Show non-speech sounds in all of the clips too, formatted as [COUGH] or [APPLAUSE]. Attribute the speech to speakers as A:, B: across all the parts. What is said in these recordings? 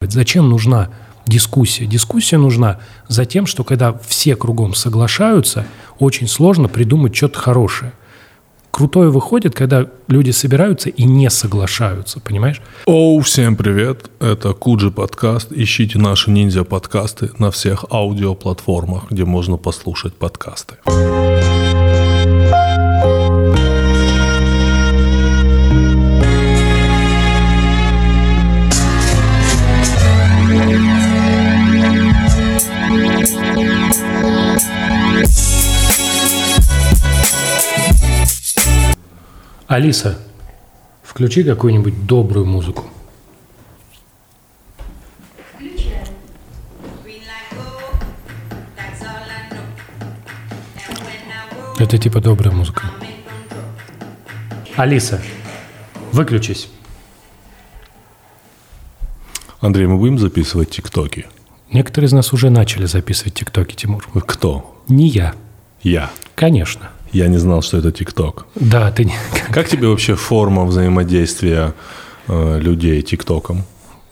A: делать. Зачем нужна дискуссия? Дискуссия нужна за тем, что когда все кругом соглашаются, очень сложно придумать что-то хорошее. Крутое выходит, когда люди собираются и не соглашаются, понимаешь?
B: Оу, всем привет! Это Куджи подкаст. Ищите наши ниндзя подкасты на всех аудиоплатформах, где можно послушать подкасты.
A: Алиса, включи какую-нибудь добрую музыку.
C: Включаю. Green light go, that's all I know. And when I go,
A: Это типа добрая музыка.
C: I'm in control.
A: Алиса, выключись.
B: Андрей, мы будем записывать тиктоки?
A: Некоторые из нас уже начали записывать тиктоки, Тимур.
B: Кто?
A: Не я,
B: Я.
A: конечно.
B: Я не знал, что это тикток.
A: Да, ты не...
B: Как тебе вообще форма взаимодействия э, людей тиктоком?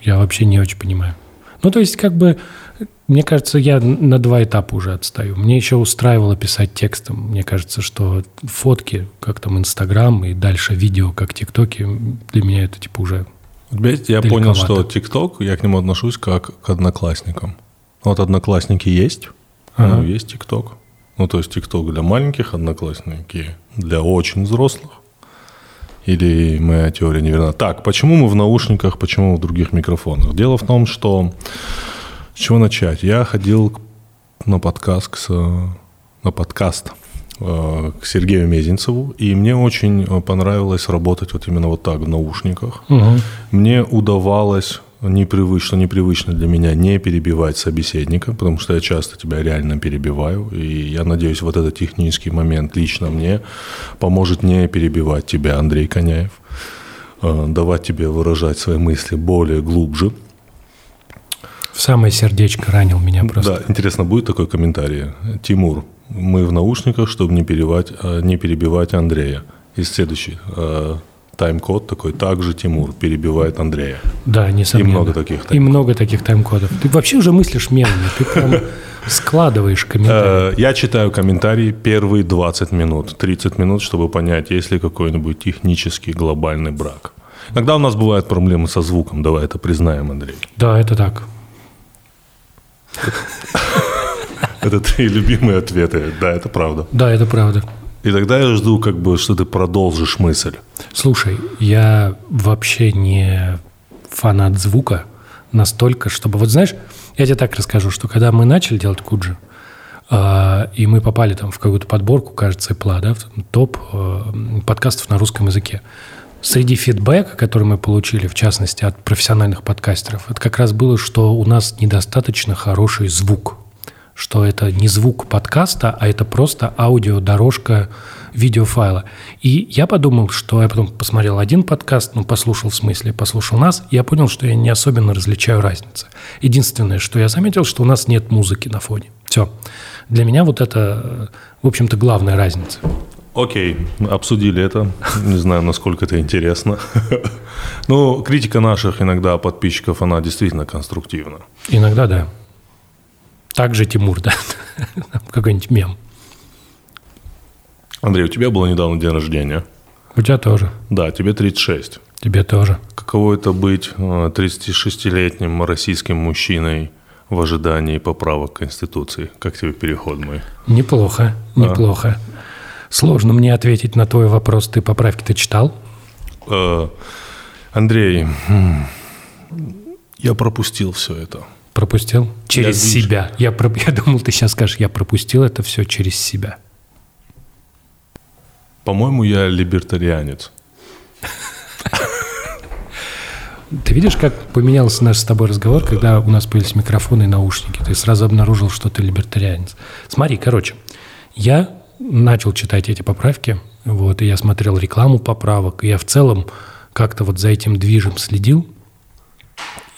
A: Я вообще не очень понимаю. Ну, то есть, как бы, мне кажется, я на два этапа уже отстаю. Мне еще устраивало писать текстом. Мне кажется, что фотки, как там Инстаграм и дальше видео, как ТикТоки, для меня это типа уже...
B: У тебя есть- Я понял,
A: Далековато.
B: что тикток, я к нему отношусь как к одноклассникам. Ну, Вот одноклассники есть,
A: Ага.
B: ну, есть тикток. Ну, то есть тикток для маленьких, одноклассники для очень взрослых. Или моя теория неверна. Так, почему мы в наушниках, почему в других микрофонах? Дело в том, что... С чего начать? Я ходил к- на подкаст, к с- на подкаст э, к Сергею Мезенцеву, и мне очень э, понравилось работать вот именно вот так в наушниках мне удавалось непривычно, непривычно для меня не перебивать собеседника, потому что я часто тебя реально перебиваю, и я надеюсь, вот этот технический момент лично мне поможет не перебивать тебя, Андрей Коняев, э, давать тебе выражать свои мысли более глубже.
A: В самое сердечко ранил меня просто.
B: Да, интересно, будет такой комментарий? Тимур, мы в наушниках, чтобы не, перебивать, э, не перебивать Андрея. И следующий э, тайм-код такой, также Тимур перебивает Андрея.
A: Да, несомненно.
B: И много таких
A: И
B: тайм-
A: много таких тайм-кодов. Ты вообще уже мыслишь мелами. Ты
B: [LAUGHS]
A: прям складываешь комментарии.
B: Э, Я читаю комментарии первые 20 минут, 30 минут, чтобы понять, есть ли какой-нибудь технический глобальный брак. Иногда у нас бывают проблемы со звуком, давай это признаем, Андрей.
A: Да, это так.
B: Это твои любимые ответы, да, это правда.
A: Да, это правда.
B: И тогда я жду, как бы, что ты продолжишь мысль.
A: Слушай, я вообще не фанат звука настолько, чтобы... Вот знаешь, я тебе так расскажу, что когда мы начали делать куджи, а, и мы попали там в какую-то подборку, кажется, Apple, да, в топ э, подкастов на русском языке. Среди фидбэка, который мы получили, в частности, от профессиональных подкастеров, это как раз было, что у нас недостаточно хороший звук что это не звук подкаста, а это просто аудиодорожка видеофайла. И я подумал, что я потом посмотрел один подкаст, ну, послушал в смысле, послушал нас, и я понял, что я не особенно различаю разницы. Единственное, что я заметил, что у нас нет музыки на фоне. Все. Для меня вот это, э, в общем-то, главная разница.
B: Окей, обсудили это. Не знаю, насколько это интересно. [LAUGHS] Ну, критика наших иногда подписчиков, она действительно конструктивна.
A: Иногда да. Также Тимур, [LAUGHS] да. Какой-нибудь мем.
B: Андрей, у тебя было недавно день рождения.
A: У тебя тоже.
B: Да, тебе 36.
A: Тебе тоже.
B: Каково это быть э, 36-летним российским мужчиной в ожидании поправок Конституции? Как тебе переход мой?
A: Неплохо, неплохо. Сложно мне ответить на твой вопрос. Ты поправки ты читал?
B: Э, Андрей, м, я пропустил все это.
A: Пропустил? Через
B: вижу.
A: себя. Я, про- [LAUGHS] я думал, ты сейчас скажешь, я пропустил это все через себя.
B: По-моему, я либертарианец.
A: Ты видишь, как поменялся наш с тобой разговор, когда у нас появились микрофоны и наушники? Ты сразу обнаружил, что ты либертарианец. Смотри, короче, я начал читать эти поправки, вот, и я смотрел рекламу поправок, и я в целом как-то вот за этим движем следил.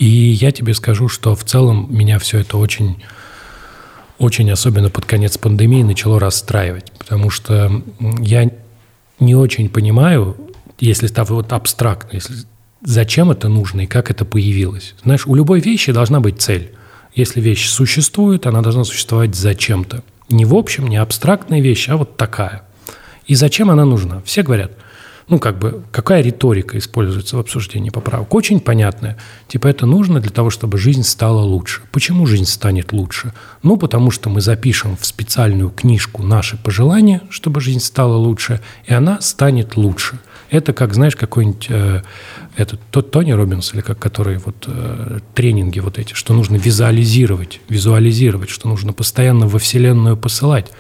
A: И я тебе скажу, что в целом меня все это очень очень особенно под конец пандемии начало расстраивать, потому что м, я не очень понимаю, если так вот абстрактно, если зачем это нужно и как это появилось. Знаешь, у любой вещи должна быть цель. Если вещь существует, она должна существовать зачем-то. Не в общем, не абстрактная вещь, а вот такая. И зачем она нужна? Все говорят, ну, как бы, какая риторика используется в обсуждении поправок? Очень понятная. Типа, это нужно для того, чтобы жизнь стала лучше. Почему жизнь станет лучше? Ну, потому что мы запишем в специальную книжку наши пожелания, чтобы жизнь стала лучше, и она станет лучше. Это как, знаешь, какой-нибудь э, этот тот Тони Робинс, или как который вот э, тренинги вот эти, что нужно визуализировать, визуализировать, что нужно постоянно во Вселенную посылать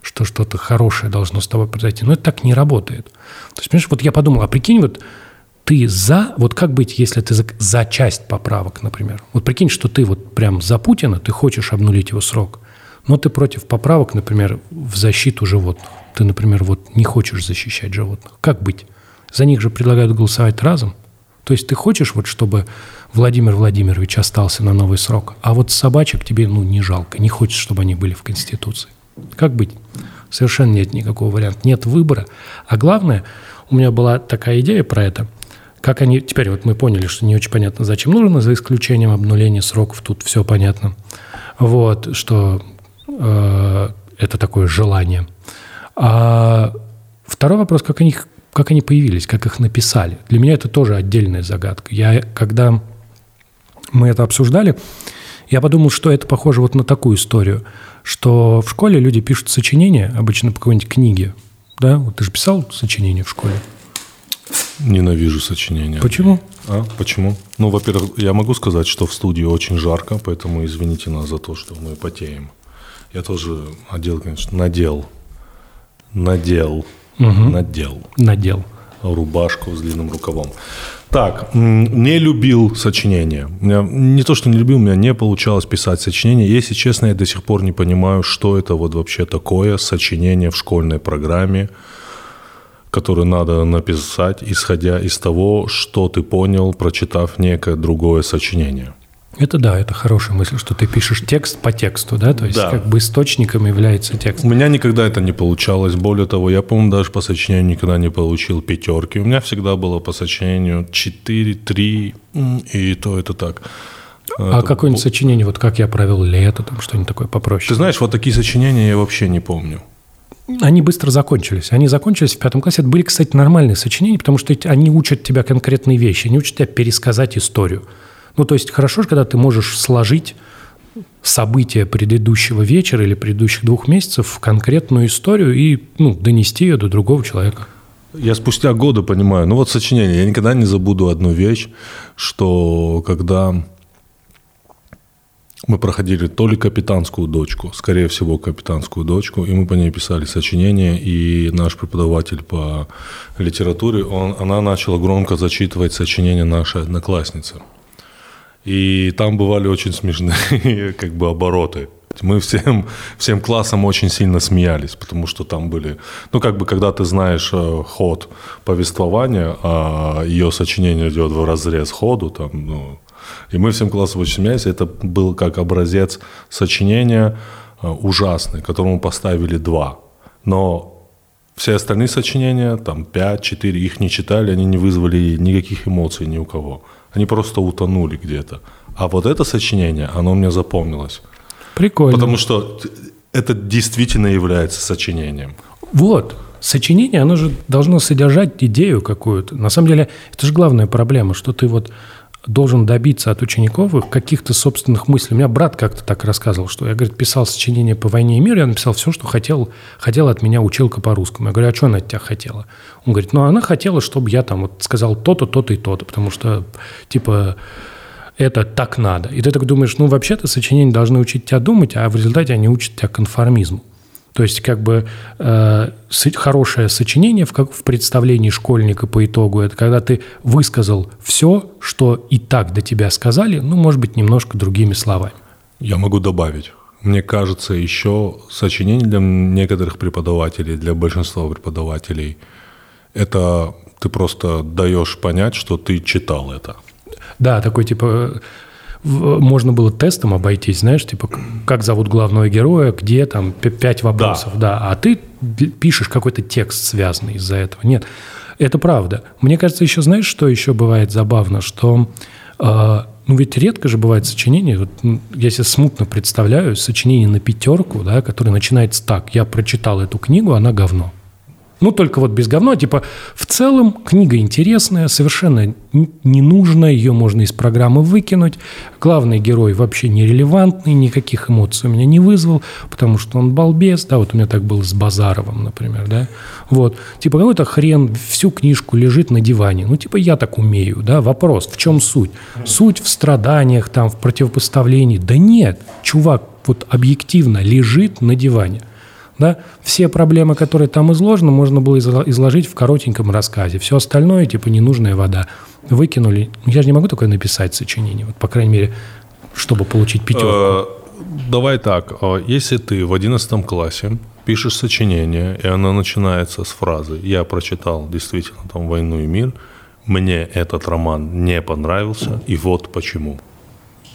A: что что-то хорошее должно с тобой произойти. Но это так не работает. То есть, понимаешь, вот я подумал, а прикинь, вот ты за, вот как быть, если ты за, за часть поправок, например? Вот прикинь, что ты вот прям за Путина, ты хочешь обнулить его срок, но ты против поправок, например, в защиту животных. Ты, например, вот не хочешь защищать животных. Как быть? За них же предлагают голосовать разом. То есть ты хочешь, вот, чтобы Владимир Владимирович остался на новый срок, а вот собачек тебе ну, не жалко, не хочешь, чтобы они были в Конституции. Как быть? Совершенно нет никакого варианта, нет выбора. А главное, у меня была такая идея про это. Как они... Теперь вот мы поняли, что не очень понятно, зачем нужно, за исключением обнуления сроков, тут все понятно. Вот, что э, это такое желание. А второй вопрос, как они, как они появились, как их написали. Для меня это тоже отдельная загадка. Я, когда мы это обсуждали, я подумал, что это похоже вот на такую историю, что в школе люди пишут сочинения, обычно по какой-нибудь книге. Да? Вот ты же писал сочинение в школе.
B: Ненавижу сочинения.
A: Почему?
B: А, почему? Ну, во-первых, я могу сказать, что в студии очень жарко, поэтому извините нас за то, что мы потеем. Я тоже одел, конечно, надел, надел,
A: Мгм.
B: надел
A: Надел.
B: рубашку с длинным рукавом. Так, м, не любил сочинения. У меня- не то, что не любил, у меня не получалось писать сочинения. Если честно, я до сих пор не понимаю, что это вот вообще такое сочинение в школьной программе, которое надо написать, исходя из того, что ты понял, прочитав некое другое сочинение.
A: Это да, это хорошая мысль, что ты пишешь текст по тексту, да, то есть
B: Да.
A: как бы источником является текст.
B: У меня никогда это не получалось. Более того, я, по-моему, даже по сочинению никогда не получил пятерки. У меня всегда было по сочинению 4, 3, м, и то это так. Ну,
A: а какое-нибудь сочинение, вот как я провел лето, там что-нибудь такое попроще.
B: Ты знаешь, вот такие сочинения я вообще не помню.
A: Они быстро закончились. Они закончились в пятом классе. Это были, кстати, нормальные сочинения, потому что эти- они учат тебя конкретные вещи, они учат тебя пересказать историю. Ну, то есть хорошо, же, когда ты можешь сложить события предыдущего вечера или предыдущих двух месяцев в конкретную историю и ну, донести ее до другого человека.
B: Я спустя годы понимаю, ну вот сочинение, я никогда не забуду одну вещь, что когда мы проходили то ли капитанскую дочку, скорее всего, капитанскую дочку, и мы по ней писали сочинение, и наш преподаватель по литературе, он, она начала громко зачитывать сочинение нашей одноклассницы. И там бывали очень смешные [LAUGHS] как бы обороты. Мы всем, всем классом очень сильно смеялись, потому что там были... Ну, как бы, когда ты знаешь э, ход повествования, а ее сочинение идет в разрез ходу, там, ну... И мы всем классом очень смеялись. Это был как образец сочинения э, ужасный, которому поставили два. Но все остальные сочинения, там 5-4, их не читали, они не вызвали никаких эмоций ни у кого. Они просто утонули где-то. А вот это сочинение, оно мне запомнилось.
A: Прикольно.
B: Потому что т- это действительно является сочинением.
A: Вот. Сочинение, оно же должно содержать идею какую-то. На самом деле, это же главная проблема, что ты вот должен добиться от учеников их каких-то собственных мыслей. У меня брат как-то так рассказывал, что я, говорит, писал сочинение по войне и миру, я написал все, что хотел, хотела от меня училка по-русскому. Я говорю, а что она от тебя хотела? Он говорит, ну, она хотела, чтобы я там вот сказал то-то, то-то и то-то, потому что, типа, это так надо. И ты так думаешь, ну, вообще-то сочинения должны учить тебя думать, а в результате они учат тебя конформизму. То есть, как бы э, со- хорошее сочинение в, как, в представлении школьника по итогу это когда ты высказал все, что и так до тебя сказали, ну, может быть, немножко другими словами.
B: Я могу добавить. Мне кажется, еще сочинение для некоторых преподавателей, для большинства преподавателей, это ты просто даешь понять, что ты читал это.
A: Да, такой типа э, в- можно было тестом обойтись, знаешь, типа к- как зовут главного героя, где там п- пять вопросов, да. А ты пи- пишешь какой-то текст связанный из-за этого. Нет, Это правда. Мне кажется, еще знаешь, что еще бывает забавно, что э, ну ведь редко же бывает сочинение, вот, м, я себе смутно представляю, сочинение на пятерку, да, которое начинается так, я прочитал эту книгу, она говно. Ну, только вот без говно, типа, в целом книга интересная, совершенно н- не нужна, ее можно из программы выкинуть. Главный герой вообще нерелевантный, никаких эмоций у меня не вызвал, потому что он балбес, да, вот у меня так было с Базаровым, например, да. Вот, типа, какой-то хрен всю книжку лежит на диване. Ну, типа, я так умею, да, вопрос, в чем суть? Суть в страданиях, там, в противопоставлении. Да нет, чувак вот объективно лежит на диване. Да? Все проблемы, которые там изложены, можно было изло- изложить в коротеньком рассказе. Все остальное, типа ненужная вода, выкинули. Ну, Я же не могу такое написать сочинение, вот, по крайней мере, чтобы получить пятерку.
B: Э, Давай так, э, если ты в 11 классе пишешь сочинение, и оно начинается с фразы «Я прочитал действительно там «Войну и мир», мне этот роман не понравился, и вот почему».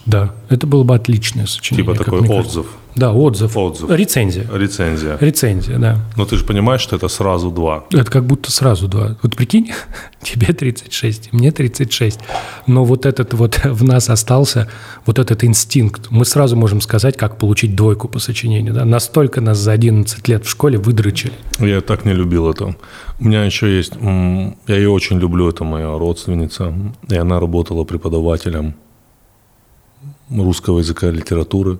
A: Да, это было бы отличное сочинение.
B: Типа
A: как
B: такой
A: мне кажется.
B: отзыв,
A: Да, отзыв.
B: Отзыв.
A: Рецензия.
B: рецензия.
A: Рецензия, да.
B: Но ты же понимаешь, что это сразу два.
A: Это как будто сразу два. Вот прикинь, [LAUGHS] тебе 36, мне 36. Но вот этот вот [LAUGHS] в нас остался, вот этот инстинкт. Мы сразу можем сказать, как получить двойку по сочинению. да. Настолько нас за 11 лет в школе выдрочили.
B: Я так не любил это. У меня еще есть... м, Я ее очень люблю, это моя родственница. И она работала преподавателем русского языка и литературы.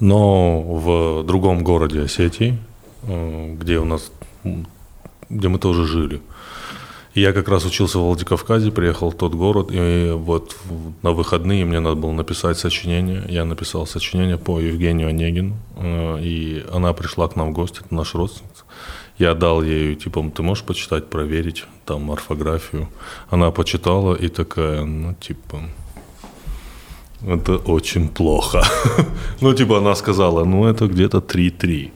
B: Но в другом городе Осетии, э, где у нас... м, Где мы тоже жили. И Я как раз учился в Владикавказе, приехал в тот город, и вот в- на выходные мне надо было написать сочинение. Я написал сочинение по Евгению Онегину, э, и она пришла к нам в гости, это наша родственница. Я дал ей, типа, ты можешь почитать, проверить там орфографию. Она почитала и такая, ну, типа, это очень плохо. [LAUGHS] Ну, типа, она сказала, ну, это где-то 3-3.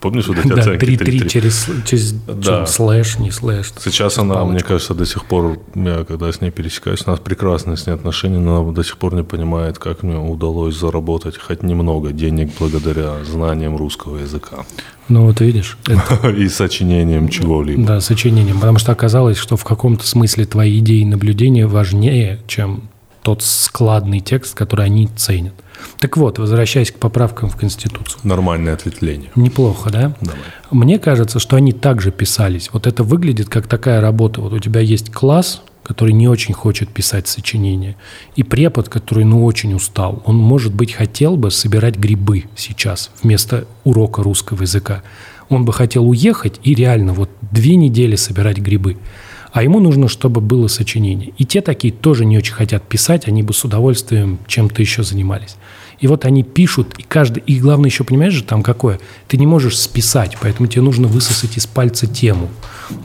B: Помнишь вот эти
A: Да,
B: оценки
A: 3-3 через, через
B: Да.
A: чем, слэш, не слэш.
B: Сейчас она,
A: Палочка.
B: мне кажется, до сих пор, я когда с ней пересекаюсь, у нас прекрасные с ней отношения, но она до сих пор не понимает, как мне удалось заработать хоть немного денег благодаря знаниям русского языка [LAUGHS]
A: Ну вот видишь, это,
B: и сочинением чего-либо.
A: да, сочинением. Потому что оказалось, что в каком-то смысле твои идеи и наблюдения важнее, чем тот складный текст, который они ценят. Так вот, возвращаясь к поправкам в Конституцию.
B: Нормальное ответвление.
A: Неплохо, да?
B: Давай.
A: Мне кажется, что они также писались. Вот это выглядит как такая работа. Вот у тебя есть класс, который не очень хочет писать сочинения, и препод, который, ну, очень устал. Он, может быть, хотел бы собирать грибы сейчас вместо урока русского языка. Он бы хотел уехать и реально вот две недели собирать грибы. А ему нужно, чтобы было сочинение. И те такие тоже не очень хотят писать, они бы с удовольствием чем-то еще занимались. И вот они пишут, и каждый, и главное еще, понимаешь же, там какое, ты не можешь списать, поэтому тебе нужно высосать из пальца тему,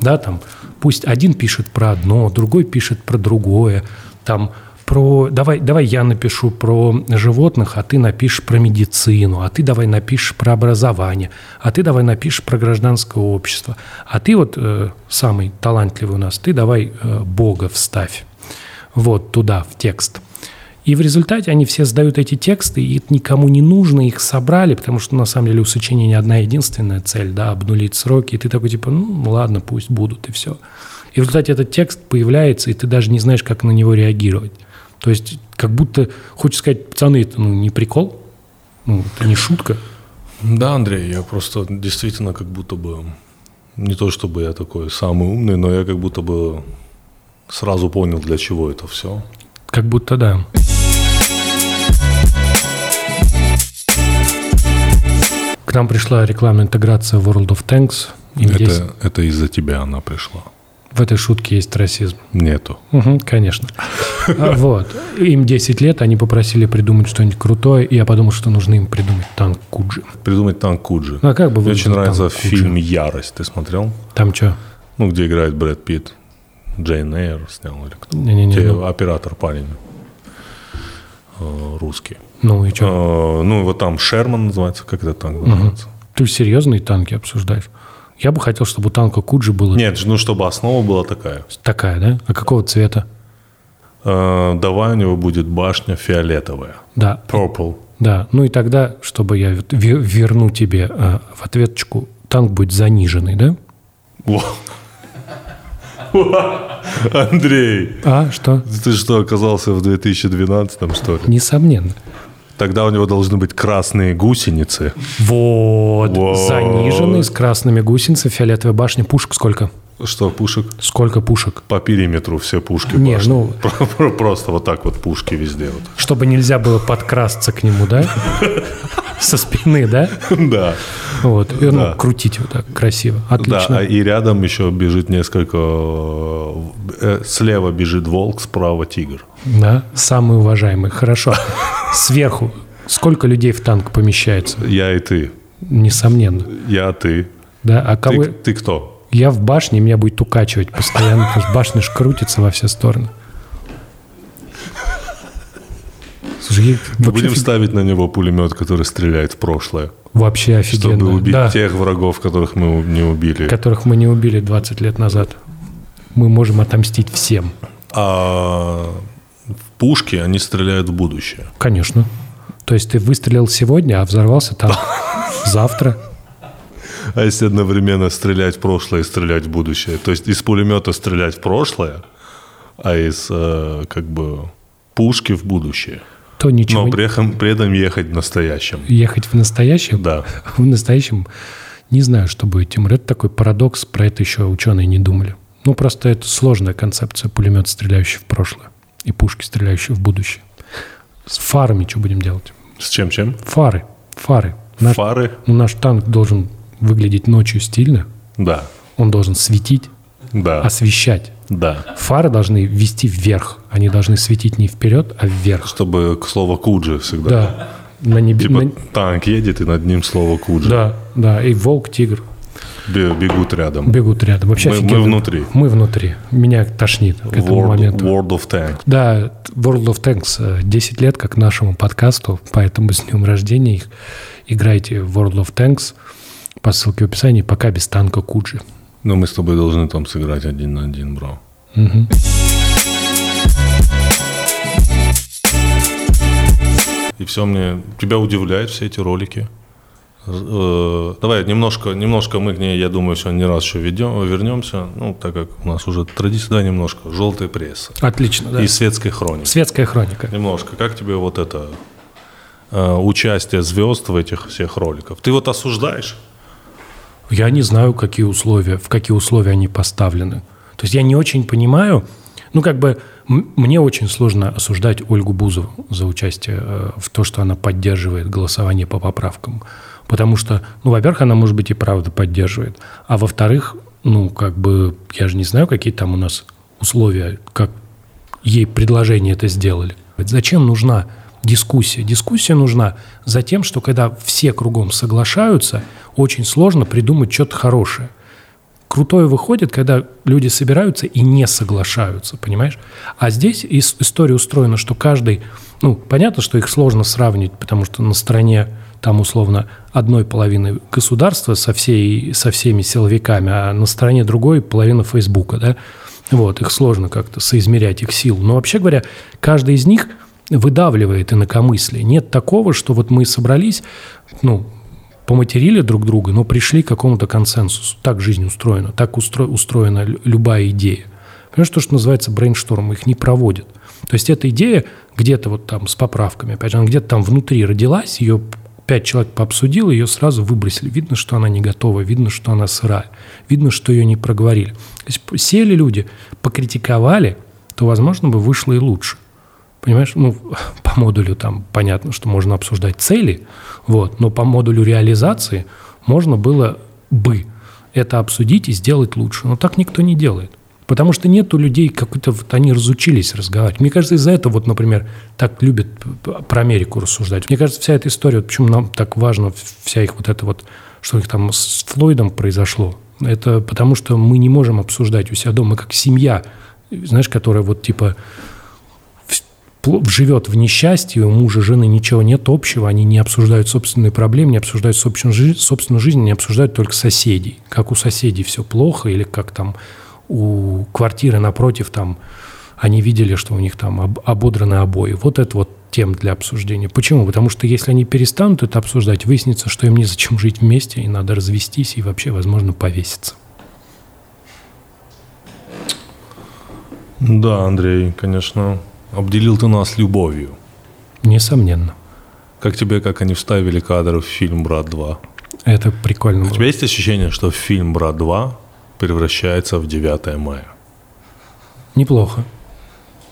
A: да, там, пусть один пишет про одно, другой пишет про другое, там, про, давай, давай я напишу про животных, а ты напишешь про медицину, а ты давай напишешь про образование, а ты давай напишешь про гражданское общество, а ты вот э, самый талантливый у нас, ты давай э, Бога вставь вот туда, в текст. И в результате они все сдают эти тексты, и это никому не нужно, их собрали, потому что на самом деле у сочинения одна единственная цель, да, обнулить сроки, и ты такой типа, ну ладно, пусть будут, и все. И в результате этот текст появляется, и ты даже не знаешь, как на него реагировать. То есть как будто, хочешь сказать, пацаны, это ну, не прикол, ну, это не шутка.
B: Да, Андрей, я просто действительно как будто бы... Не то чтобы я такой самый умный, но я как будто бы сразу понял, для чего это все.
A: Как будто да. К нам пришла рекламная интеграция World of Tanks. И здесь
B: Это, это из-за тебя она пришла.
A: в этой шутке есть расизм.
B: Нету.
A: Мгм,
B: [LAUGHS]
A: конечно. А, Вот. Им 10 лет, они попросили придумать что-нибудь крутое, и я подумал, что нужно им придумать танк Куджи.
B: Придумать танк Куджи.
A: А как бы
B: Мне очень
A: выглядел
B: нравится
A: танк Куджи?
B: фильм «Ярость». Ты смотрел?
A: Там что?
B: Ну, где играет Брэд Питт. Джейн Эйр снял или кто?
A: Не-не-не.
B: Те-
A: ну,
B: Оператор парень. Э, Русский.
A: Ну и что?
B: Э, Ну, его там Шерман называется. Как это танк называется?
A: Ты серьезные танки обсуждаешь? Я бы хотел, чтобы у танка Куджи было
B: Нет, ну, чтобы основа была такая.
A: такая, да? А какого цвета?
B: Э, Давай у него будет башня фиолетовая.
A: Да,
B: Purple.
A: Да, ну и тогда, чтобы я вот ве- верну тебе а, э, в ответочку, танк будет заниженный, да?
B: Во. Андрей,
A: А, что?
B: ты что, оказался в 2012 что ли?
A: Несомненно.
B: Тогда у него должны быть красные гусеницы.
A: Вот.
B: Вот.
A: Заниженный, с красными гусеницами, фиолетовая башня. Пушек сколько?
B: Что, пушек?
A: Сколько пушек?
B: По периметру все пушки.
A: Не,
B: башни.
A: ну-
B: [LAUGHS] Про- про- Просто вот так вот пушки везде. вот. [LAUGHS]
A: Чтобы нельзя было подкрасться к нему, да? Со спины, да?
B: Да.
A: Вот. И, ну,
B: Да.
A: крутить вот так красиво.
B: Да,
A: Отлично.
B: а и рядом еще бежит несколько... э, Слева бежит волк, справа тигр.
A: Да, самый уважаемый. Хорошо. Сверху. Сколько людей в танк помещается?
B: Я и ты.
A: Несомненно.
B: Я ты.
A: Да, а кого...
B: Ты, ты кто?
A: Я в башне, меня будет укачивать постоянно, потому что башня ж крутится во все стороны. Слушай, я вообще,
B: Будем
A: офиг-
B: ставить на него пулемет, который стреляет в прошлое,
A: вообще офигенно.
B: чтобы убить
A: Да,
B: тех врагов, которых мы у- не убили.
A: которых мы не убили 20 лет назад. Мы можем отомстить всем.
B: А в пушке они стреляют в будущее.
A: Конечно. То есть ты выстрелил сегодня, а взорвался
B: [LAUGHS]
A: танк завтра.
B: А если одновременно стрелять в прошлое и стрелять в будущее? То есть из пулемета стрелять в прошлое, а из э, как бы пушки в будущее.
A: То ничего
B: Но
A: не-
B: при этом, при этом ехать в настоящем.
A: ехать в настоящем.
B: Да.
A: В настоящем не знаю, что будет, Тимур. Это такой парадокс, про это еще ученые не думали. Ну, просто это сложная концепция пулемет, стреляющий в прошлое, и пушки, стреляющие в будущее. С фарами что будем делать?
B: С чем-чем?
A: Фары, фары. Наш,
B: Фары?
A: ну, наш танк должен выглядеть ночью стильно,
B: Да.
A: он должен светить, А
B: Да.
A: освещать.
B: Да.
A: Фары должны вести вверх, они должны светить не вперед, а вверх.
B: Чтобы к слову Куджи всегда.
A: Да, на небе...
B: Типа
A: на-
B: танк едет, и над ним слово Куджи.
A: Да, да, и волк, тигр
B: Бе- Бегут рядом.
A: бегут рядом. Вообще
B: Мы- мы
A: офигенно.
B: внутри.
A: Мы внутри. Меня тошнит к этому
B: World,
A: моменту.
B: World of Tank.
A: Да, World of Tanks э, 10 лет как нашему подкасту, поэтому с днем рождения их. Играйте в World of Tanks по ссылке в описании, пока без танка Куджи.
B: Но мы с тобой должны там сыграть один на один, бро. И все мне... Тебя удивляют все эти ролики? Э, Давай немножко, немножко мы к ней, я думаю, сегодня не раз еще ведем, вернемся. Ну, так как у нас уже традиция, да, немножко. Желтая пресса
A: Отлично, да.
B: и светской хроники.
A: Светская хроника.
B: Немножко. Как тебе вот это э, участие звезд в этих всех роликах? Ты вот осуждаешь?
A: Я не знаю, какие условия, в какие условия они поставлены. То есть я не очень понимаю, ну как бы м- мне очень сложно осуждать Ольгу Бузову за участие э, в то, что она поддерживает голосование по поправкам. Потому что, ну, во-первых, она, может быть, и правда поддерживает. А во-вторых, ну, как бы, я же не знаю, какие там у нас условия, как ей предложение это сделали. Зачем нужна дискуссия? Дискуссия нужна за тем, что когда все кругом соглашаются, очень сложно придумать что-то хорошее. Крутое выходит, когда люди собираются и не соглашаются, понимаешь? А здесь ис- история устроена, что каждый... Ну, понятно, что их сложно сравнить, потому что на стороне там условно одной половины государства со, всей, со всеми силовиками, а на стороне другой половина Фейсбука, да? Вот, их сложно как-то соизмерять их силу. Но вообще говоря, каждый из них выдавливает инакомыслие. Нет такого, что вот мы собрались, ну, поматерили друг друга, но пришли к какому-то консенсусу. Так жизнь устроена, так устро- устроена лю- любая идея. Понимаешь, то, что называется брейншторм, их не проводят. То есть эта идея где-то вот там с поправками, опять же, она где-то там внутри родилась, ее пять человек пообсудил, ее сразу выбросили. Видно, что она не готова, видно, что она сырая, видно, что ее не проговорили. То есть сели люди, покритиковали, то, возможно, бы вышло и лучше. Понимаешь, ну, [LAUGHS] по модулю там понятно, что можно обсуждать цели, вот, но по модулю реализации можно было бы это обсудить и сделать лучше. Но так никто не делает. Потому что нет у людей какой-то... Вот они разучились разговаривать. Мне кажется, из-за этого, вот, например, так любят п- про Америку рассуждать. Мне кажется, вся эта история, вот почему нам так важно вся их вот эта вот... Что у них там с Флойдом произошло. Это потому, что мы не можем обсуждать у себя дома, Мы как семья, знаешь, которая вот типа пл- живет в несчастье, у мужа, жены ничего нет общего, они не обсуждают собственные проблемы, не обсуждают собственную, жи- собственную жизнь, не обсуждают только соседей. Как у соседей все плохо, или как там у квартиры напротив там они видели, что у них там об- ободраны обои. Вот это вот тем для обсуждения. Почему? Потому что если они перестанут это обсуждать, выяснится, что им незачем жить вместе, и надо развестись и вообще, возможно, повеситься.
B: Да, Андрей, конечно. Обделил ты нас любовью.
A: Несомненно.
B: Как тебе, как они вставили кадры в фильм «Брат 2»?
A: Это прикольно
B: У
A: было.
B: тебя есть ощущение, что фильм «Брат 2» превращается в 9 мая?
A: Неплохо.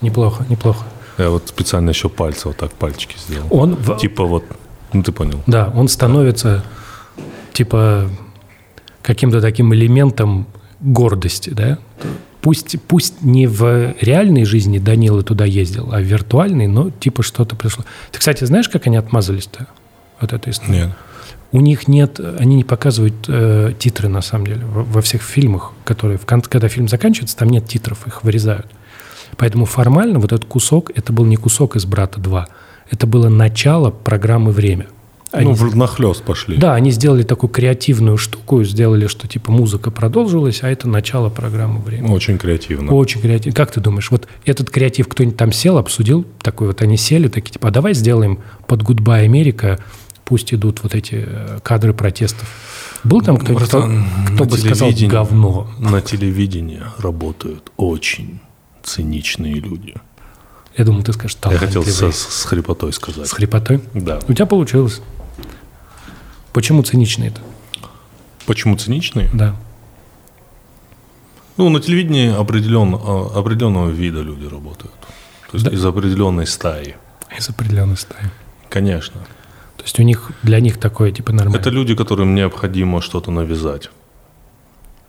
A: Неплохо, неплохо.
B: Я вот специально еще пальцы, вот так пальчики сделал.
A: Он, в-
B: Типа вот, ну ты понял.
A: да, он становится типа каким-то таким элементом гордости, да? Пусть, пусть не в реальной жизни Данила туда ездил, а в виртуальной, но типа что-то пришло. Ты, кстати, знаешь, как они отмазались-то от этой истории?
B: Нет.
A: У них нет, они не показывают э, титры на самом деле во, во всех фильмах, которые в конце, когда фильм заканчивается, там нет титров, их вырезают. Поэтому формально вот этот кусок, это был не кусок из Брата 2, это было начало программы Время. Они-
B: Ну, в- нахлёст пошли.
A: да, они сделали такую креативную штуку, сделали, что типа музыка продолжилась, а это начало программы Время.
B: Очень креативно.
A: Очень креативно. Как ты думаешь, вот этот креатив кто-нибудь там сел, обсудил, такой вот они сели, такие типа, а давай сделаем под «Гудбай, Америка», пусть идут вот эти э, кадры протестов. Был там кто-нибудь, кто,
B: Братан,
A: кто
B: на
A: бы сказал
B: телевидении-
A: «говно»?
B: На телевидении работают очень циничные люди.
A: Я думал, ты скажешь
B: Я
A: «талантливый».
B: хотел со- с, с хрипотой сказать.
A: С хрипотой.
B: Да.
A: У тебя получилось. Почему циничные-то?
B: Почему циничные?
A: Да.
B: Ну, на телевидении определен, а, определенного вида люди работают. То есть
A: Да.
B: из определенной стаи.
A: Из определенной стаи.
B: Конечно.
A: То есть у них, для них такое типа нормально.
B: Это люди, которым необходимо что-то навязать.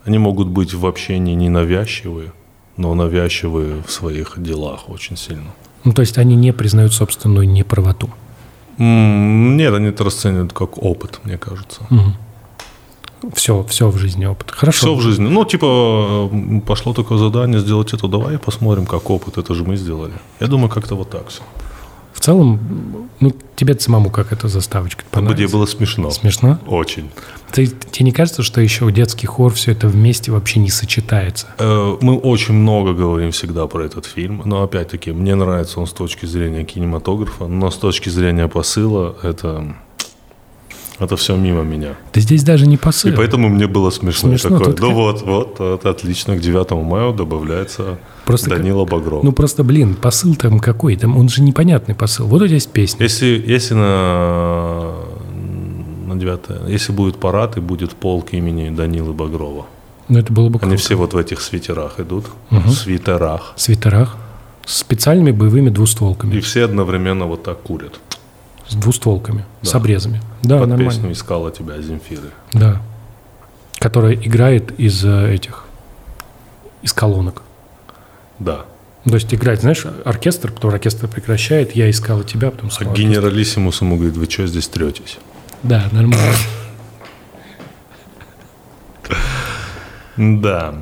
B: Они могут быть в общении ненавязчивые, но навязчивые в своих делах очень сильно.
A: Ну, то есть они не признают собственную неправоту.
B: М, Нет, они это расценивают как опыт, мне кажется.
A: Все, все в жизни опыт. Хорошо.
B: Все в жизни. Ну, типа, м, пошло такое задание сделать это, давай посмотрим, как опыт, это же мы сделали. Я думаю, как-то вот так все.
A: В целом, ну, тебе самому как эта заставочка
B: Мне
A: понравилась?
B: было смешно.
A: Смешно?
B: Очень.
A: Ты, тебе не кажется, что еще детский хор все это вместе вообще не сочетается?
B: Э, Мы очень много говорим всегда про этот фильм, но опять-таки мне нравится он с точки зрения кинематографа, но с точки зрения посыла это это все мимо меня.
A: Да здесь даже не
B: И
A: посыл.
B: поэтому мне было смешно.
A: Смешно,
B: такое.
A: тут
B: Ну
A: как-
B: вот, вот, это отлично. К 9 мая добавляется
A: Просто как-
B: Данила Багров.
A: Ну просто, блин, посыл там какой? Там он же непонятный посыл. Вот у тебя есть песня.
B: Если, если на, на 9 если будет парад и будет полк имени Данилы Багрова,
A: Ну это было бы
B: они
A: круто.
B: все вот в этих свитерах идут, в свитерах,
A: В свитерах с специальными боевыми двустволками.
B: и все одновременно вот так курят.
A: С двустволками. С обрезами. Да,
B: Под
A: нормально.
B: песню «Искала тебя Земфиры».
A: Да. Которая играет из э, этих, из колонок.
B: Да.
A: То есть играть, знаешь, оркестр, потом оркестр прекращает, я искала тебя, потом
B: А
A: снова оркестр.
B: генералиссимус ему говорит, вы что здесь третесь?
A: Да, нормально.
B: Да.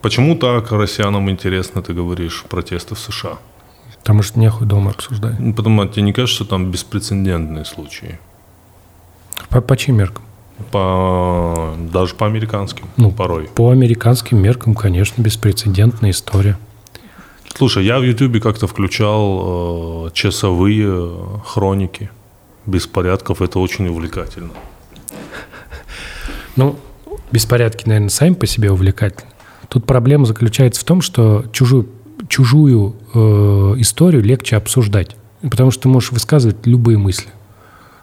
B: Почему так россиянам интересно, ты говоришь, протесты в США?
A: Потому что нехуй дома обсуждать.
B: Ну, Потому что тебе не кажется, что там беспрецедентные случаи?
A: По, по чьим меркам?
B: По... Даже по американским
A: Ну.
B: порой.
A: По американским меркам, конечно, беспрецедентная история.
B: Слушай, я в Ютубе как-то включал э, часовые хроники беспорядков. Это очень увлекательно.
A: Ну, беспорядки, наверное, сами по себе увлекательны. Тут проблема заключается в том, что чужую, чужую э, историю легче обсуждать. Потому что ты можешь высказывать любые мысли.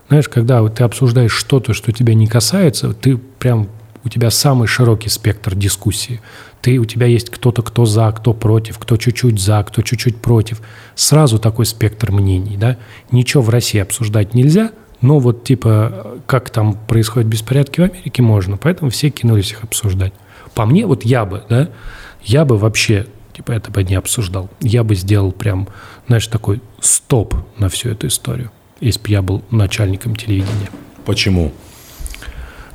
A: Знаешь, когда вот ты обсуждаешь что-то, что тебя не касается, ты прям у тебя самый широкий спектр дискуссии. Ты, у тебя есть кто-то, кто за, кто против, кто чуть-чуть за, кто чуть-чуть против. Сразу такой спектр мнений, да? Ничего в России обсуждать нельзя, но вот типа как там происходят беспорядки в Америке можно, поэтому все кинулись их обсуждать. По мне, вот я бы, да, я бы вообще типа это бы не обсуждал. Я бы сделал прям, знаешь, такой стоп на всю эту историю, если бы я был начальником телевидения.
B: Почему?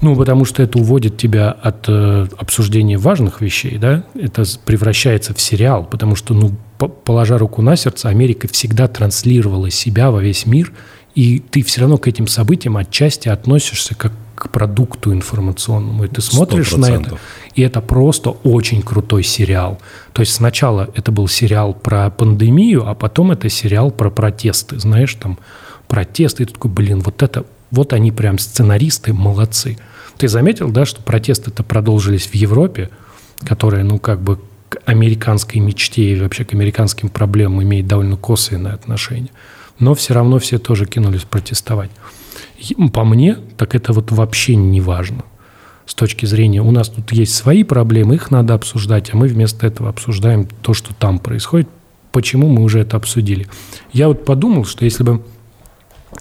A: Ну, потому что это уводит тебя от э, обсуждения важных вещей, да? Это с- превращается в сериал, потому что, ну, по- положа руку на сердце, Америка всегда транслировала себя во весь мир, и ты все равно к этим событиям отчасти относишься как к продукту информационному. И ты смотришь на это,
B: 100%.
A: и это просто очень крутой сериал. То есть сначала это был сериал про пандемию, а потом это сериал про протесты. Знаешь, там протесты. И ты такой, блин, вот это, вот они прям сценаристы молодцы. Ты заметил, да, что протесты-то продолжились в Европе, которая, ну, как бы к американской мечте и вообще к американским проблемам имеет довольно косвенное отношение. Но все равно все тоже кинулись протестовать. И По мне, так это вот вообще не важно. С точки зрения, у нас тут есть свои проблемы, их надо обсуждать, а мы вместо этого обсуждаем то, что там происходит, почему мы уже это обсудили. Я вот подумал, что если бы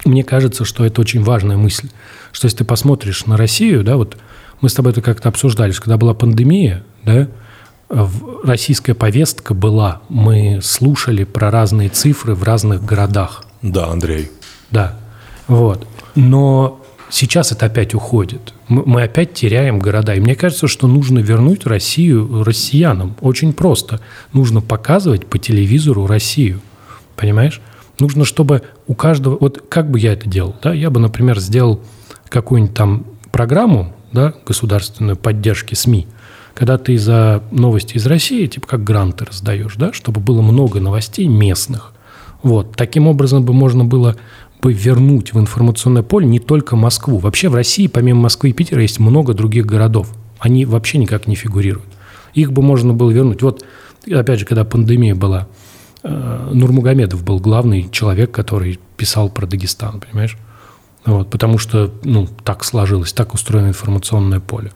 A: мне кажется, что это очень важная мысль, что если ты посмотришь на Россию, да, вот мы с тобой это как-то обсуждали, что когда была пандемия, да, в- российская повестка была, мы слушали про разные цифры в разных городах,
B: Да, Андрей.
A: да, вот, но сейчас это опять уходит, мы, мы опять теряем города, и мне кажется, что нужно вернуть Россию россиянам, очень просто, нужно показывать по телевизору Россию, понимаешь? Нужно, чтобы у каждого... Вот как бы я это делал? Да? Я бы, например, сделал какую-нибудь там программу да, государственную поддержки СМИ, когда ты за новости из России, типа как гранты раздаешь, да, чтобы было много новостей местных. Вот. Таким образом бы можно было бы вернуть в информационное поле не только Москву. Вообще в России, помимо Москвы и Питера, есть много других городов. Они вообще никак не фигурируют. Их бы можно было вернуть. Вот, опять же, когда пандемия была, э, Нурмугамедов был главный человек, который писал про Дагестан, понимаешь? Вот, потому что ну, так сложилось, так устроено информационное поле.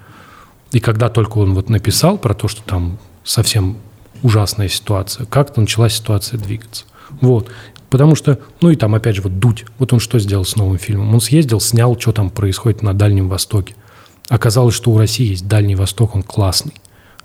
A: И когда только он вот написал про то, что там совсем ужасная ситуация, как-то начала ситуация двигаться. Вот. Потому что, ну и там опять же вот Дудь, вот он что сделал с новым фильмом? Он съездил, снял, что там происходит на Дальнем Востоке. Оказалось, что у России есть Дальний Восток, он классный.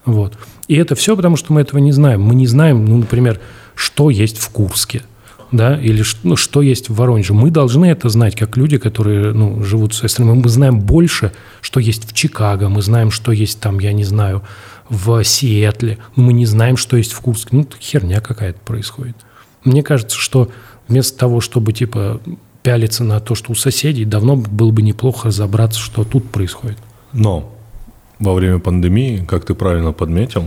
A: Вот. И это все потому, что мы этого не знаем. Мы не знаем, ну, например, что есть в Курске, да, или ш- ну, что есть в Воронеже. Мы должны это знать, как люди, которые ну, живут с страной. Мы знаем больше, что есть в Чикаго, мы знаем, что есть там, я не знаю, в Сиэтле, но мы не знаем, что есть в Курске. Ну, это херня какая-то происходит. Мне кажется, что вместо того, чтобы типа пялиться на то, что у соседей, давно было бы неплохо разобраться, что тут происходит.
B: Но во время пандемии, как ты правильно подметил,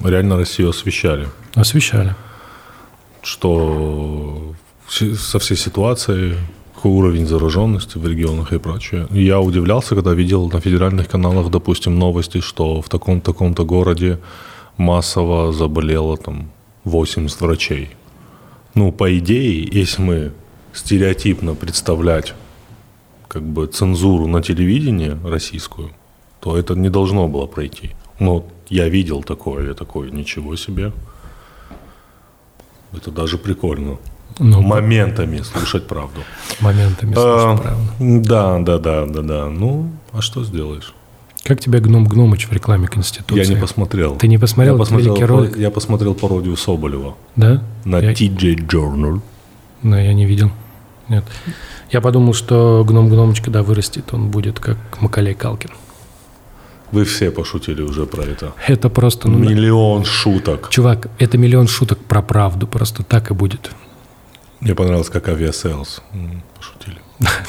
B: реально Россию освещали,
A: Освещали.
B: что все- со всей ситуацией, какой уровень зараженности в регионах и прочее. И Я удивлялся, когда видел на федеральных каналах, допустим, новости, что в таком-таком-то городе массово заболело там 80 врачей. Ну, по идее, если мы стереотипно представлять как бы цензуру на телевидении российскую, то это не должно было пройти. Но я видел такое, я такой, ничего себе. Это даже прикольно.
A: Ну,
B: Моментами слушать правду.
A: моментами
B: А,
A: слушай, правда.
B: Да, да, да, да, да. Ну, а что сделаешь?
A: Как тебе Гном Гномыч в рекламе Конституции?
B: я не посмотрел.
A: Ты не посмотрел
B: я
A: этот
B: посмотрел,
A: великий ролик?
B: я посмотрел пародию Соболева
A: Да?
B: на
A: Я-
B: TJ Journal.
A: Да, я не видел. Нет. Я подумал, что Гном Гномыч, когда вырастет, он будет как Макалей Калкин.
B: Вы все пошутили уже про это.
A: Это просто... ну,
B: Миллион шуток.
A: Чувак, это миллион шуток про правду. Просто так и будет. [LAUGHS]
B: Мне понравилось, как авиаселс. М, Пошутили.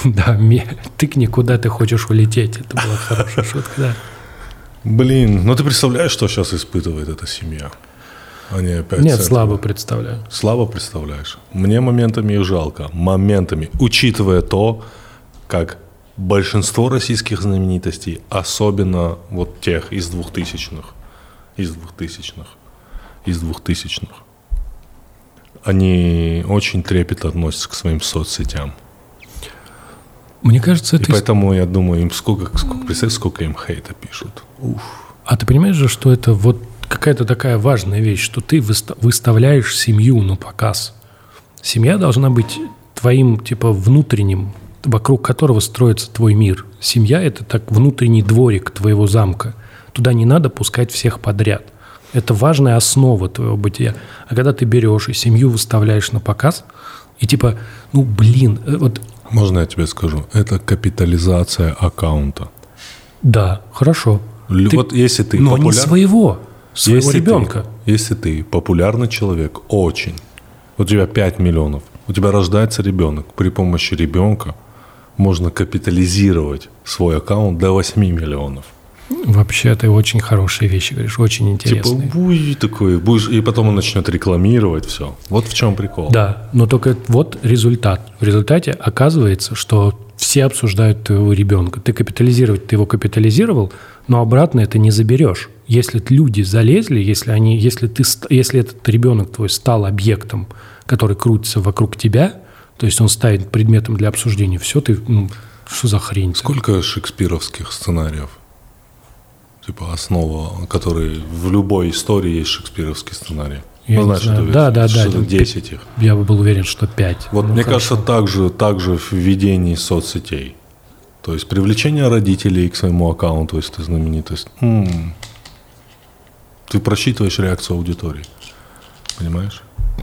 A: Да, ми- тыкни, куда ты хочешь улететь. Это была хорошая шутка, да.
B: Блин, ну ты представляешь, что сейчас испытывает эта семья? Они опять... с
A: Нет,
B: этим-
A: слабо представляю.
B: Слабо представляешь? Мне моментами их жалко. Моментами. Учитывая то, как большинство российских знаменитостей, особенно вот тех из двухтысячных, из двухтысячных, из двухтысячных, они очень трепетно относятся к своим соцсетям.
A: Мне кажется,
B: И
A: это... ис-
B: поэтому, я думаю, им сколько, сколько, представь, сколько им хейта пишут. Уф.
A: А ты понимаешь же, что это вот какая-то такая важная вещь, что ты выста- выставляешь семью на показ. Семья должна быть твоим, типа, внутренним, вокруг которого строится твой мир. Семья – это так внутренний дворик твоего замка. Туда не надо пускать всех подряд. Это важная основа твоего бытия. А когда ты берешь и семью выставляешь на показ, и типа, ну, блин, э, вот
B: Можно я тебе скажу? Это капитализация аккаунта.
A: Да, хорошо.
B: Лю-
A: Ты-
B: Вот если ты
A: Но не
B: популяр-
A: своего, своего
B: Если ты-
A: ребенка.
B: если ты популярный человек, очень, у тебя 5 миллионов, у тебя рождается ребенок, при помощи ребенка можно капитализировать свой аккаунт до 8 миллионов.
A: Вообще ты очень хорошие вещи говоришь, очень интересные.
B: Типа, уй, такой, будешь, и потом он начнет рекламировать все. Вот в чем прикол.
A: Да, но только вот результат. В результате оказывается, что все обсуждают твоего ребенка. Ты капитализировать, ты его капитализировал, но обратно это не заберешь. если т- люди залезли, если, они, если, ты, ст- если этот ребенок твой стал объектом, который крутится вокруг тебя, то есть он станет предметом для обсуждения, все, ты, ну, что за хрень?
B: Сколько шекспировских сценариев? Типа основа, которые в любой истории есть шекспировский сценарий.
A: Я не знаю.
B: это
A: Да, да, да.
B: что-то
A: Там
B: 10 их.
A: Я бы был уверен, что Ну, 5.
B: Вот мне кажется, также, также в введении соцсетей. То есть привлечение родителей к своему аккаунту, если ты знаменитость. М. Ты просчитываешь реакцию аудитории. Понимаешь?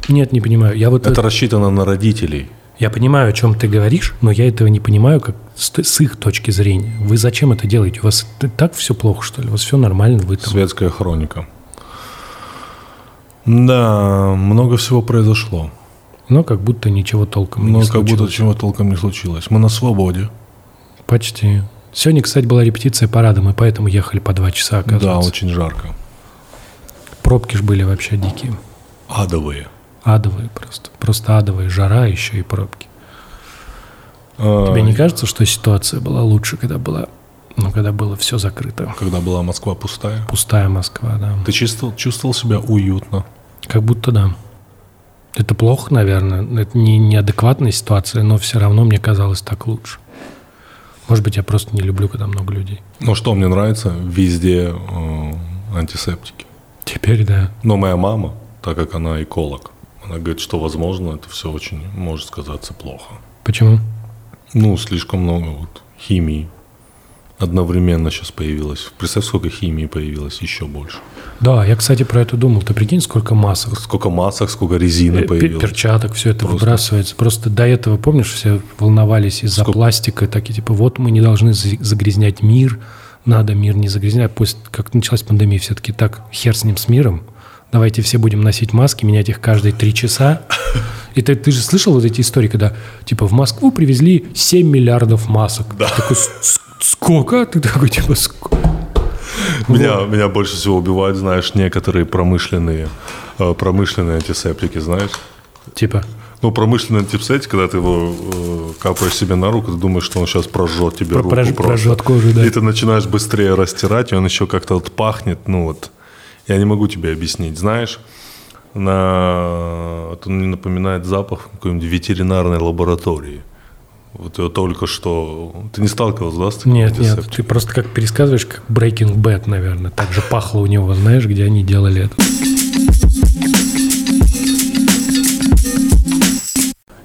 A: Нет, не понимаю. Я вот
B: Это рассчитано на родителей.
A: Я понимаю, о чем ты говоришь, но я этого не понимаю как с, т- с их точки зрения. Вы зачем это делаете? У вас т- так все плохо, что ли? У вас все нормально, вы там...
B: Светская хроника. Да, много всего произошло.
A: Но как будто ничего толком и
B: Но
A: не
B: Ну, как
A: случилось.
B: будто чего толком не случилось. Мы на свободе.
A: Почти. Сегодня, кстати, была репетиция парада, мы поэтому ехали по два часа,
B: Да,
A: оказывается.
B: очень жарко.
A: Пробки ж были вообще дикие.
B: Адовые.
A: Адовые просто. Просто адовые. Жара еще и пробки.
B: А,
A: Тебе не кажется, что ситуация была лучше, когда была... Ну, когда было все закрыто.
B: Когда была Москва пустая.
A: Пустая Москва, да.
B: Ты чувствовал, чувствовал себя уютно.
A: Как будто да. Это плохо, наверное. Это не неадекватная ситуация, но все равно мне казалось так лучше. Может быть, я просто не люблю, когда много людей.
B: Ну что мне нравится, везде э, антисептики.
A: Теперь, да.
B: Но моя мама, так как она эколог, она говорит, что возможно это все очень может сказаться плохо.
A: Почему?
B: Ну, слишком много вот химии одновременно сейчас появилось. Представь, сколько химии появилось, еще больше.
A: Да, я, кстати, про это думал. Ты прикинь, сколько масок,
B: Сколько масок, сколько
A: э,
B: резины
A: пе-
B: Ну, появилось.
A: перчаток, все это
B: Просто.
A: выбрасывается. Просто до этого, помнишь, все волновались из-за
B: Сколько-
A: пластика. Такие, типа, вот мы не должны за- загрязнять мир, надо мир не загрязнять. После, как началась пандемия, все-таки так, хер с ним, с миром. Давайте все будем носить маски, менять их каждые три часа. И ты, ты же слышал вот эти истории, когда, типа, в Москву привезли 7 миллиардов масок. Да. Такой, «С- с- сколько? Ты такой, типа, «Ск- ну.
B: Меня, меня больше всего убивают, знаешь, некоторые промышленные, э, промышленные антисептики, знаешь.
A: Типа,
B: Ну, промышленный антисептик, когда ты его э, капаешь себе на руку, ты думаешь, что он сейчас прожжет тебе руку
A: прож-
B: просто.
A: прожжет кожу, да.
B: И ты начинаешь быстрее растирать, и он еще как-то вот пахнет, ну вот. Я не могу тебе объяснить, знаешь. На... вот он мне напоминает запах какой-нибудь ветеринарной лаборатории. Вот я только что... Ты не сталкивался, да, с таким
A: Нет, нет,
B: антисептиком?
A: ты просто как пересказываешь, как Breaking Bad, наверное. Так же пахло у него, знаешь, где они делали это.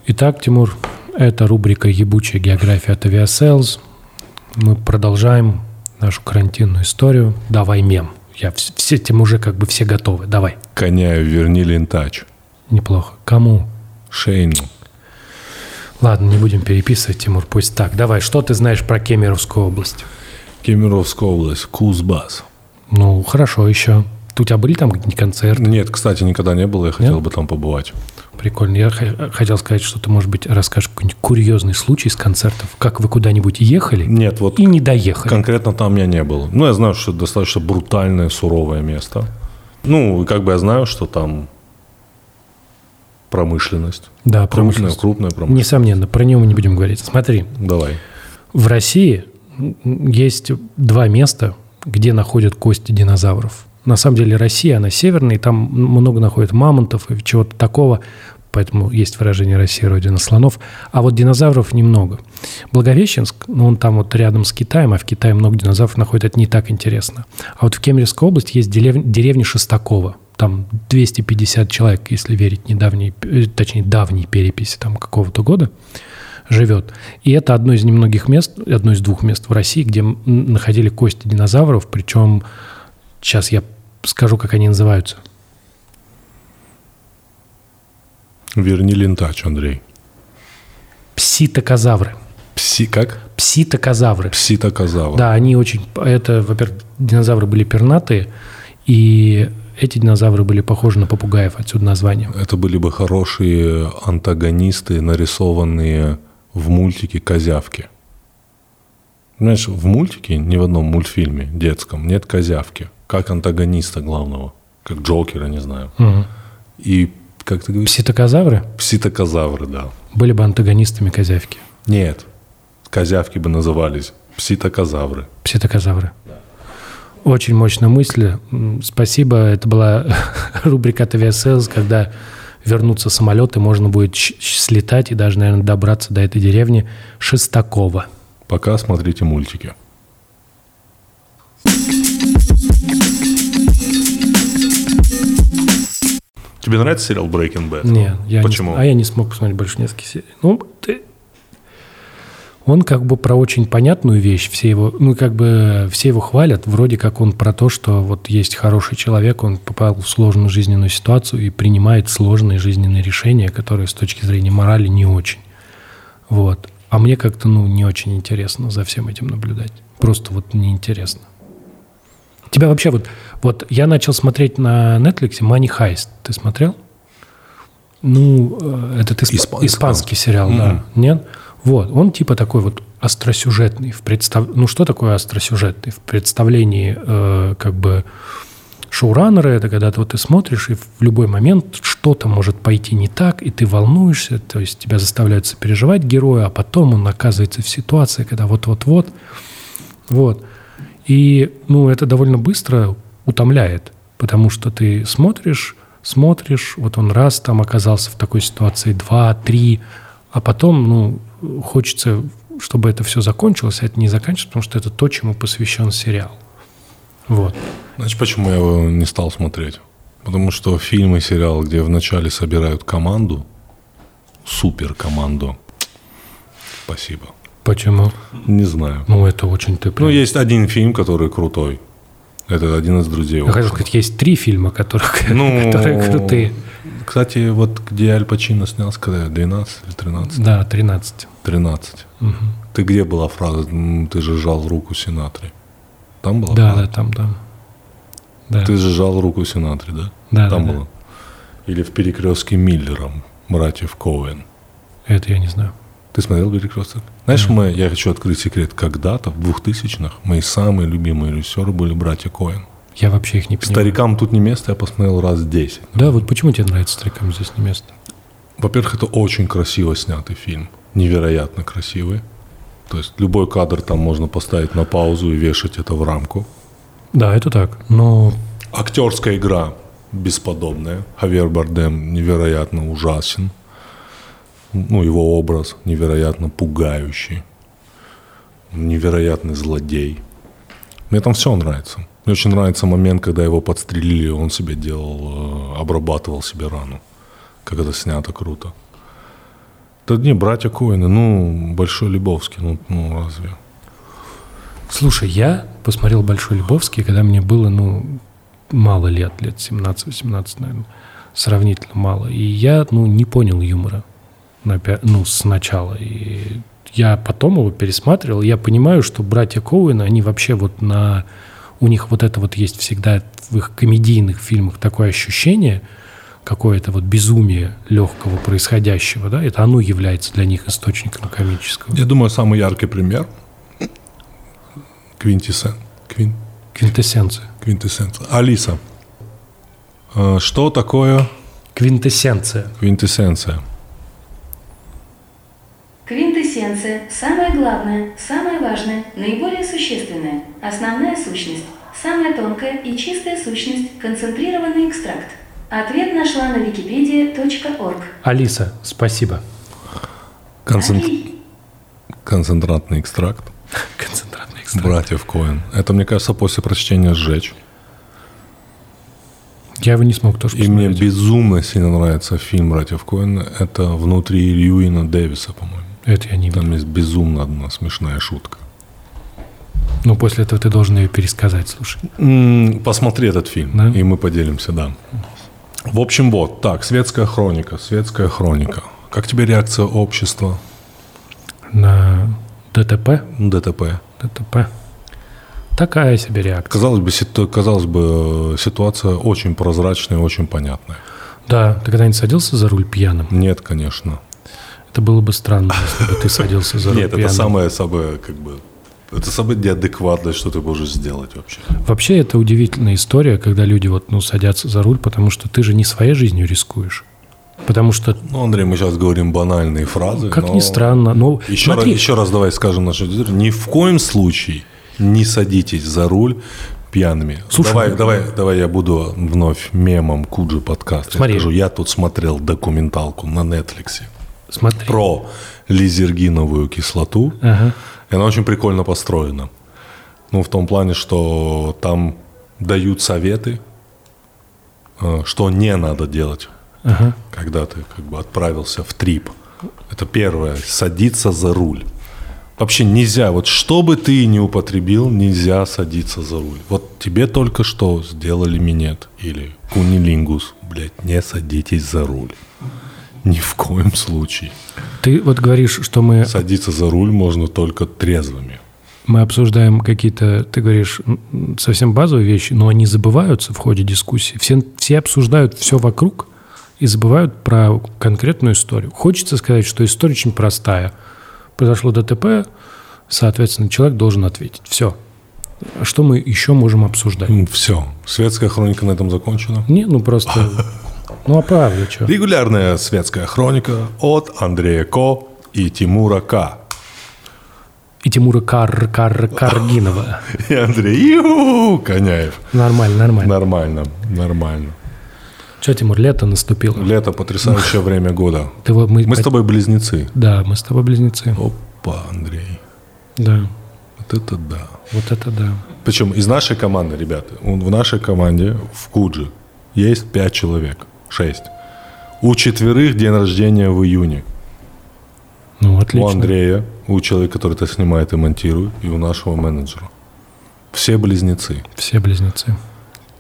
A: Итак, Тимур, это рубрика «Ебучая география» от Aviasales. Мы продолжаем нашу карантинную историю. Давай мем. Я вс- все тем уже как бы все готовы. Давай.
B: Коня верни лентач.
A: Неплохо. Кому?
B: Шейну.
A: Ладно, не будем переписывать, Тимур, пусть так. Давай, что ты знаешь про Кемеровскую область?
B: Кемеровская область. Кузбасс.
A: Ну, хорошо еще. У тебя были там какие-нибудь концерты?
B: Нет, кстати, никогда не было, я хотел бы там побывать.
A: Прикольно. Я х- хотел сказать, что ты, может быть, расскажешь какой-нибудь курьезный случай с концертов, как вы куда-нибудь ехали
B: Нет, вот
A: и не доехали.
B: Конкретно там я не был. Ну, я знаю, что это достаточно брутальное, суровое место. Ну, и как бы я знаю, что там промышленность.
A: Да,
B: Крупная,
A: промышленность.
B: крупная промышленность.
A: Несомненно, про него мы не будем говорить. Смотри,
B: Давай.
A: в России м, есть два места, где находят кости динозавров. На самом деле Россия, она северная, и там много находят мамонтов и чего-то такого, поэтому есть выражение «Россия – родина слонов». А вот динозавров немного. Благовещенск, ну он там вот рядом с Китаем, а в Китае много динозавров находят, это не так интересно. А вот в Кемеровской области есть дерев- деревня Шестакова, там 250 человек, если верить недавней, э, точнее, давней переписи там какого-то года живет. И это одно из немногих мест, одно из двух мест в России, где м, находили кости динозавров, причем сейчас я скажу, как они называются.
B: Верни лентач, Андрей.
A: Пситокозавры.
B: Пси, как?
A: Пситокозавры.
B: Пситокозавр.
A: Да, они очень... Это, во-первых, динозавры были пернатые, и эти динозавры были похожи на попугаев, отсюда название.
B: Это были бы хорошие антагонисты, нарисованные в мультике «Козявки». Знаешь, в мультике, ни в одном мультфильме детском, нет «Козявки». Как антагониста главного. Как Джокера, не знаю.
A: Мгм.
B: И, как ты говоришь,
A: Пситокозавры
B: Пситокозавры, да.
A: были бы антагонистами козявки.
B: Нет, козявки бы назывались пситокозавры.
A: Пситокозавры. Очень мощная мысль. М, Спасибо. Это была [LAUGHS] рубрика от Aviasales, когда вернутся самолеты, можно будет щ- щ- слетать и даже, наверное, добраться до этой деревни Шестакова.
B: Пока смотрите мультики. Тебе нравится сериал Breaking Bad?
A: Не, я
B: Почему?
A: Не, а я не смог посмотреть больше нескольких серий. Ну, ты... Он как бы про очень понятную вещь, все его, ну как бы все его хвалят, вроде как он про то, что вот есть хороший человек, он попал в сложную жизненную ситуацию и принимает сложные жизненные решения, которые с точки зрения морали не очень. Вот. А мне как-то, ну, не очень интересно за всем этим наблюдать. Просто вот неинтересно. Тебя вообще вот... Вот я начал смотреть на Netflix Money Heist. Ты смотрел? Ну, э, этот испа-
B: Испан-
A: испанский сериал, да. Нет? Вот. Он типа такой вот остросюжетный. В представ... Ну, что такое остросюжетный? В представлении э, как бы шоураннеры, это когда ты, вот, ты смотришь, и в любой момент что-то может пойти не так, и ты волнуешься, то есть тебя заставляют сопереживать героя, а потом он оказывается в ситуации, когда вот-вот-вот. Вот. И, ну, это довольно быстро утомляет, потому что ты смотришь, смотришь, вот он раз там оказался в такой ситуации, два, три, а потом, ну, хочется, чтобы это все закончилось, а это не заканчивается, потому что это то, чему посвящен сериал. Вот.
B: Значит, почему я его не стал смотреть? Потому что фильмы, сериал, где вначале собирают команду, супер команду. Спасибо.
A: Почему?
B: Не знаю.
A: Ну, это очень ты прям...
B: Ну, есть один фильм, который крутой. Это один из друзей.
A: Я хочу
B: Оушена.
A: сказать, есть три фильма, которые, [LAUGHS]
B: Ну,
A: которые крутые.
B: Кстати, вот где Аль Пачино снялся, когда 12 или 13?
A: Да, 13.
B: 13. Ты где была фраза «М, «ты же жал руку Синатри»? Там была
A: Да,
B: фраза?
A: да, там, там. Да.
B: «Ты же жал руку Синатри», да?
A: Да,
B: Там
A: да, да.
B: было. Или в «Перекрестке Миллером» братьев Коуэн.
A: Это я не знаю.
B: Ты смотрел «Перекресток»? Знаешь, мы, я хочу открыть секрет. Когда-то, в 2000-х, мои самые любимые режиссеры были братья Коэн.
A: Я вообще их не понимаю.
B: Старикам тут не место, я посмотрел раз 10.
A: Да, вот почему тебе нравится старикам здесь не место?
B: Во-первых, это очень красиво снятый фильм. Невероятно красивый. То есть любой кадр там можно поставить на паузу и вешать это в рамку.
A: Да, это так. Но
B: Актерская игра бесподобная. Хавьер Бардем невероятно ужасен. Ну, его образ невероятно пугающий. Невероятный злодей. Мне там все нравится. Мне очень нравится момент, когда его подстрелили, он себе делал, э, обрабатывал себе рану. Как это снято круто. Да не, братья Коины, ну, Большой Лебовский, ну, ну разве?
A: Слушай, я посмотрел «Большой Лебовский», когда мне было, ну, мало лет, лет 17-18, наверное, сравнительно мало. И я, ну, не понял юмора, на пя- ну, сначала. И я потом его пересматривал, и я понимаю, что братья Коуэна, они вообще вот на... У них вот это вот есть всегда в их комедийных фильмах такое ощущение, какое-то вот безумие легкого происходящего, да, это оно является для них источником комического.
B: Я думаю, самый яркий пример Квинтисен. Квин,
A: Квинтэссенция.
B: Квинтэссенция. Алиса, э, что такое
A: Квинтэссенция.
B: квинтэссенция?
D: Квинтэссенция – самое главное, самое важное, наиболее существенное, основная сущность, самая тонкая и чистая сущность, концентрированный экстракт. Ответ нашла на wikipedia.org.
A: Алиса, спасибо.
B: Концент-
D: Окей.
B: Концентратный экстракт
A: Концентратный
B: братьев Коэн. Это, мне кажется, после прочтения «Сжечь».
A: Я его не смог тоже
B: И мне
A: посмотреть.
B: безумно сильно нравится фильм «Братьев Коэн». Это «Внутри Льюина Дэвиса», по-моему.
A: Это я не видел.
B: Там есть безумно одна смешная шутка.
A: Но после этого ты должен ее пересказать, слушай.
B: М, Посмотри этот фильм,
A: Да?
B: и мы поделимся, да. В общем, вот, так, светская хроника, светская хроника. Как тебе реакция общества
A: На ДТП?
B: ДТП?
A: ДТП. Такая себе реакция.
B: Казалось бы, ситу- казалось бы, э, ситуация очень прозрачная, и очень понятная.
A: Да, ты когда-нибудь садился за руль пьяным?
B: Нет, конечно.
A: Это было бы странно, если бы ты садился за руль
B: [LAUGHS] Нет, это
A: пьяным.
B: самое самое, как бы, это самое неадекватное, что ты можешь сделать вообще.
A: Вообще, это удивительная история, когда люди вот, ну, садятся за руль, потому что ты же не своей жизнью рискуешь. Потому что,
B: Ну, Андрей, мы сейчас говорим банальные фразы.
A: как
B: но
A: ни странно, но...
B: Еще,
A: смотри,
B: раз, еще раз давай скажем нашим аудитории, ни в коем случае не садитесь за руль пьяными.
A: Слушай,
B: давай,
A: ну-
B: давай, давай я буду вновь мемом Куджи подкаст.
A: Смотри.
B: Я скажу, я тут смотрел документалку на Netflix
A: Смотри.
B: про лизергиновую кислоту.
A: Ага.
B: И она очень прикольно построена. Ну, в том плане, что там дают советы, э, что не надо делать,
A: Ага.
B: когда ты как бы отправился в трип. Это первое. Садиться за руль. Вообще нельзя, вот что бы ты ни употребил, нельзя садиться за руль. Вот тебе только что сделали минет или кунилингус. Блять, не садитесь за руль. Ни в коем случае.
A: Ты вот говоришь, что мы,
B: Садиться за руль можно только трезвыми.
A: мы обсуждаем какие-то, ты говоришь, м, совсем базовые вещи, но они забываются в ходе дискуссии. Все, все обсуждают все вокруг и забывают про конкретную историю. Хочется сказать, что история очень простая. Произошло ДТП, соответственно, человек должен ответить. Все. Что мы еще можем обсуждать?
B: Все. Светская хроника на этом закончена.
A: Не, ну просто... Ну а правда, что?
B: Регулярная светская хроника от Андрея Ко и Тимура К.
A: И Тимура Кар, Кар, Каргинова.
B: И Андрей Иу, Коняев.
A: Нормально, нормально.
B: Нормально, нормально.
A: Что, Тимур, лето наступило.
B: Лето потрясающее время года.
A: Ты вот- мы,
B: Мы с тобой близнецы.
A: Да, мы с тобой близнецы.
B: Опа, Андрей.
A: Да,
B: Вот это да.
A: вот это да.
B: Причем из нашей команды, ребята, он- в нашей команде в Куджи есть пять человек, шесть. У четверых день рождения в июне.
A: Ну, отлично.
B: У Андрея, у человека, который это снимает и монтирует, и у нашего менеджера. Все близнецы.
A: Все близнецы.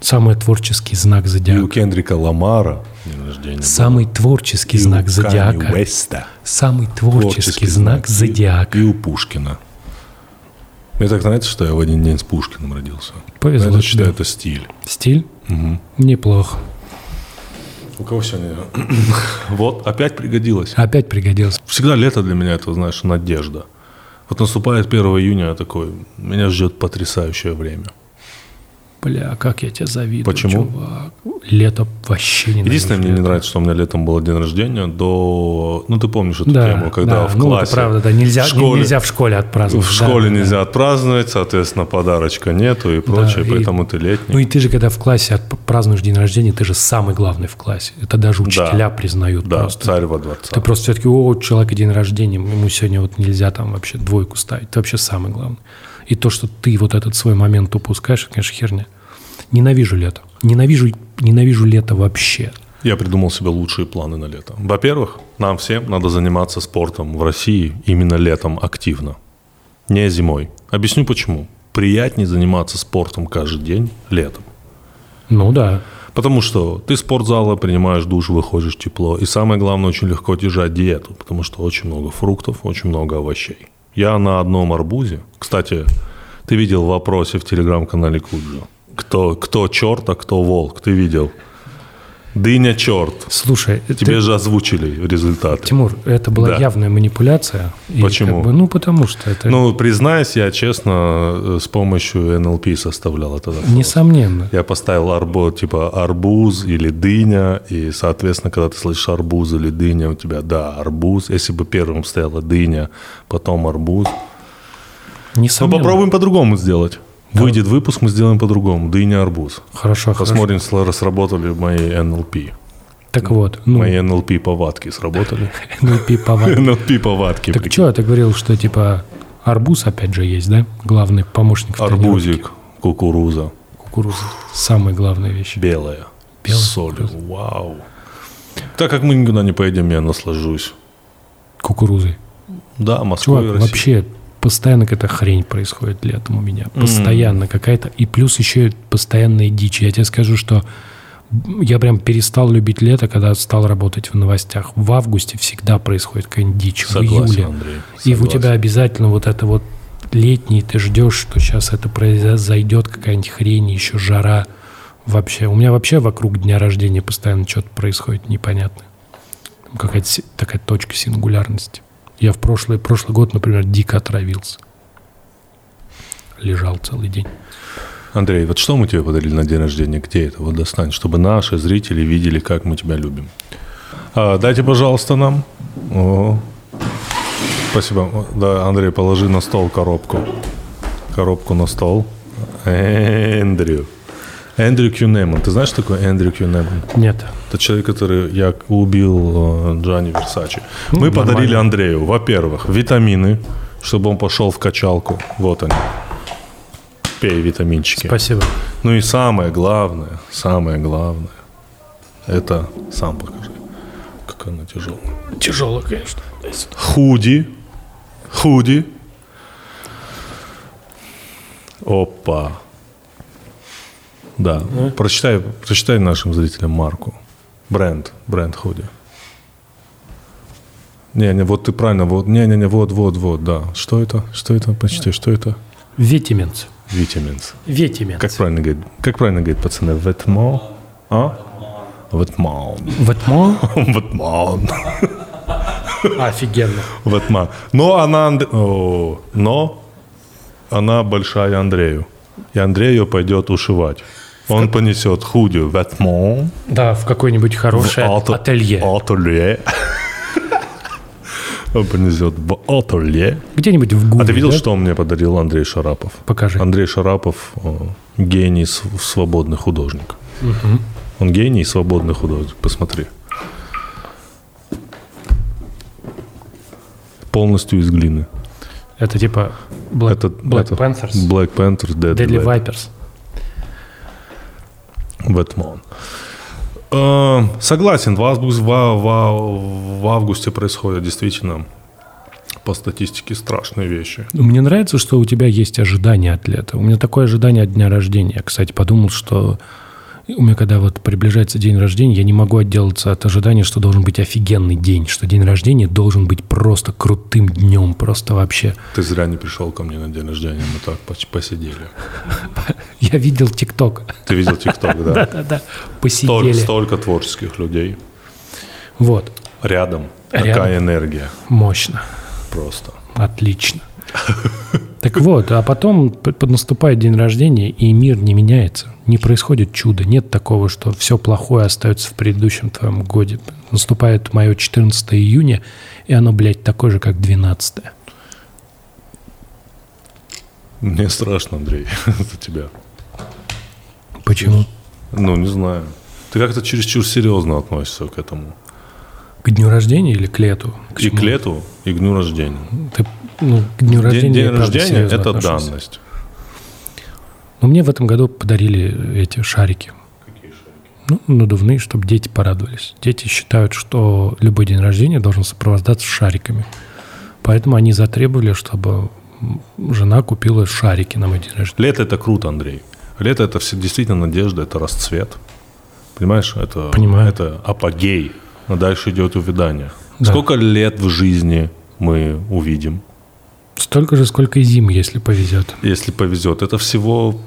A: Самый творческий знак
B: И у
A: зодиака.
B: Кендрика Ламара день рождения.
A: Самый творческий
B: И у
A: знак
B: Кани
A: зодиака.
B: Уэста
A: Самый творческий знак
B: И-
A: зодиака.
B: И у Пушкина. Мне так нравится, что я в один день с Пушкиным родился.
A: Повезло
B: Я
A: тебе.
B: считаю, это стиль.
A: Стиль? Неплохо.
B: У кого сегодня? [COUGHS] вот, опять пригодилось.
A: Опять пригодился.
B: Всегда лето для меня это, знаешь, надежда. Вот наступает 1 июня, я такой, меня ждет потрясающее время.
A: Бля, как я тебя завидую,
B: Почему?
A: чувак. Лето вообще не
B: Единственное, мне
A: нравится.
B: не нравится, что у меня летом было день рождения до... Ну, ты помнишь эту
A: Да,
B: тему, когда
A: да,
B: в классе...
A: ну, это правда, да, нельзя,
B: в
A: не-
B: школе,
A: нельзя в школе
B: в
A: отпраздновать. да,
B: школе
A: да.
B: нельзя отпраздновать, соответственно, подарочка нету и прочее,
A: и-
B: поэтому ты летний.
A: Ну и ты же, когда в классе отп- празднуешь день рождения, ты же самый главный в классе. Это даже учителя признают
B: да,
A: просто.
B: царь во дворца.
A: Ты просто все-таки, о, у человека день рождения, ему сегодня вот нельзя там вообще двойку ставить. Это вообще самое главное. И то, что ты вот этот свой момент упускаешь, это, конечно, херня. Ненавижу лето. Ненавижу, ненавижу лето вообще.
B: Я придумал себе лучшие планы на лето. Во-первых, нам всем надо заниматься спортом в России именно летом активно, не зимой. Объясню почему. Приятнее заниматься спортом каждый день летом.
A: Ну да.
B: Потому что ты из спортзала принимаешь душ, выходишь тепло. И самое главное, очень легко держать диету, потому что очень много фруктов, очень много овощей. Я на одном арбузе. Кстати, ты видел в вопросе в телеграм-канале Куджи. Кто, кто черт, а кто волк? Ты видел? Дыня черт.
A: Слушай, э,
B: Тебе
A: ты-
B: же озвучили результаты.
A: Тимур, это была
B: Да.
A: явная манипуляция. И
B: Почему?
A: как бы, ну, потому что это...
B: Ну, признаюсь, я честно э, с помощью НЛП составлял это. запрос.
A: несомненно.
B: Я поставил арбо, типа арбуз или дыня, и, соответственно, когда ты слышишь арбуз или дыня, у тебя, да, арбуз. Если бы первым стояла дыня, потом арбуз. Ну,
A: Несомненно.
B: попробуем по-другому сделать. Выйдет выпуск, мы сделаем по-другому. Дыня, арбуз.
A: Хорошо, хорошо.
B: Посмотрим, сла- сработали мои НЛП.
A: Так вот, ну, [LAUGHS]
B: Мои НЛП повадки сработали.
A: NLP повадки.
B: [LAUGHS] НЛП повадки.
A: Так
B: прикинь.
A: что, ты говорил, что типа арбуз опять же есть, да? Главный помощник в тренировке.
B: Арбузик, кукуруза.
A: Кукуруза. Самая главная вещь.
B: Белая.
A: Белая
B: С солью. Вау. Так как мы никуда не поедем, я наслажусь.
A: Кукурузы.
B: Да, Москва
A: Чувак,
B: и Россия.
A: вообще постоянно какая-то хрень происходит летом у меня. Постоянно какая-то. И плюс еще и постоянные дичи. Я тебе скажу, что я прям перестал любить лето, когда стал работать в новостях. В августе всегда происходит какая-нибудь дичь. в
B: Согласен,
A: июле.
B: Андрей,
A: И у
B: согласен.
A: тебя обязательно вот это вот летний, ты ждешь, что сейчас это произойдет, какая-нибудь хрень, еще жара. Вообще, у меня вообще вокруг дня рождения постоянно что-то происходит непонятное. Там Какая-то си- такая точка сингулярности. Я в прошлый, прошлый год, например, дико отравился. Лежал целый день.
B: Андрей, вот что мы тебе подарили на день рождения? Где это? Вот достань, чтобы наши зрители видели, как мы тебя любим. А, дайте, пожалуйста, нам. О. Спасибо. Да, Андрей, положи на стол коробку. Коробку на стол. Эндрю. Эндрю Кью Неман. Ты знаешь, что такое Эндрю Кью Неман?
A: Нет.
B: Это человек, который я убил э, Джани Версачи. Мы
A: нормально.
B: подарили Андрею, во-первых, витамины, чтобы он пошел в качалку. Вот они. Пей витаминчики.
A: Спасибо.
B: Ну и самое главное, самое главное, это сам покажи. Как она тяжелая.
A: Тяжело, конечно.
B: Худи. Худи. Опа. Да. Прочитай, прочитай нашим зрителям марку. Бренд. Бренд худи. Не-не, вот ты правильно, вот, не-не-не, вот, вот, вот, да. Что это? Что это? Прочитай, что это?
A: Витиминс.
B: Витаминс.
A: Витиминс.
B: Как правильно говорит, как правильно говорит пацаны? Ветмал? А? [LAUGHS] Ветмал.
A: Вэтмо?
B: Ветмал.
A: Офигенно.
B: Ватма. Но она, Анд- о, но она большая Андрею. И Андрей ее пойдет ушивать. Он понесет худю ватму
A: Да, в какое-нибудь
B: в
A: хорошее
B: ато-
A: ателье.
B: Ателье. [LAUGHS] Он понесет в ателье.
A: Где-нибудь в Гуме.
B: А ты видел,
A: да?
B: что мне подарил Андрей Шарапов?
A: Покажи.
B: Андрей Шарапов о, гений, св- свободный художник. Он гений, и свободный художник. Посмотри. Полностью из глины.
A: Это типа Black,
B: Это-
A: Black
B: это
A: Panthers,
B: Black Panthers, Deadly,
A: Deadly
B: Bat-
A: Vipers.
B: Batman. Эм, согласен, в, август- в- в- в августе происходят действительно по статистике страшные вещи.
A: Мне нравится, что у тебя есть ожидание от лета. У меня такое ожидание от дня рождения. Я, кстати, подумал, что у меня когда вот приближается день рождения, я не могу отделаться от ожидания, что должен быть офигенный день, что день рождения должен быть просто крутым днем, просто вообще.
B: Ты зря не пришел ко мне на день рождения, мы так поч- посидели.
A: Я видел ТикТок.
B: Ты видел ТикТок,
A: [LAUGHS]
B: да?
A: Да-да-да.
B: Столь-
A: Посидели.
B: Столько творческих людей.
A: Вот.
B: Рядом.
A: Рядом.
B: Такая энергия.
A: Мощно.
B: Просто.
A: Отлично. Так вот, а потом п- поднаступает день рождения, и мир не меняется. Не происходит чудо. Нет такого, что все плохое остается в предыдущем твоем годе. Наступает мое 14 июня, и оно, блядь, такое же, как 12.
B: Мне страшно, Андрей, [LAUGHS] за тебя.
A: Почему?
B: Ну, не знаю. Ты как-то чересчур серьезно относишься к этому.
A: К дню рождения или к лету? К
B: И
A: чему?
B: к лету, и к дню рождения.
A: Ты- ну, к дню рождения
B: День, день
A: я, правда,
B: рождения
A: серьезно
B: это
A: отношусь.
B: данность.
A: Но мне в этом году подарили эти шарики. Ну, надувные, чтобы дети порадовались. Дети считают, что любой день рождения должен сопровождаться шариками. Поэтому они затребовали, чтобы м, жена купила шарики на мой день рождения.
B: Лето это круто, Андрей. Лето это все действительно надежда, это расцвет. Понимаешь, это,
A: Понимаю.
B: это апогей. А дальше идет увядание.
A: Да.
B: Сколько лет в жизни мы увидим,
A: Столько же, сколько и зим, если повезет.
B: если повезет? Это всего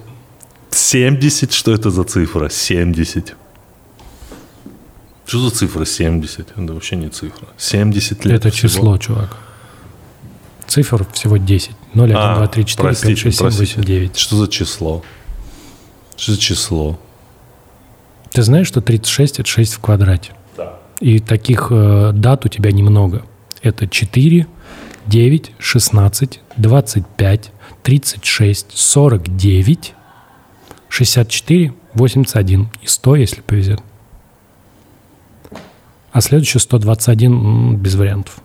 B: 70, что это за цифра? 70. Что за цифра 70? Это вообще не цифра. 70 лет.
A: Это
B: всего.
A: число, чувак. Цифр всего 10. 0, 1,
B: А,
A: 2, 3, 4, 5, 6, 7, 8, 9.
B: Что за число? Что за число?
A: Ты знаешь, что 36 – это 6 в квадрате? И таких э, дат у тебя немного. Это 4, 9, 16, 25, 36, 49, 64, 81 и 100, если повезет. А следующий 121 м, без вариантов.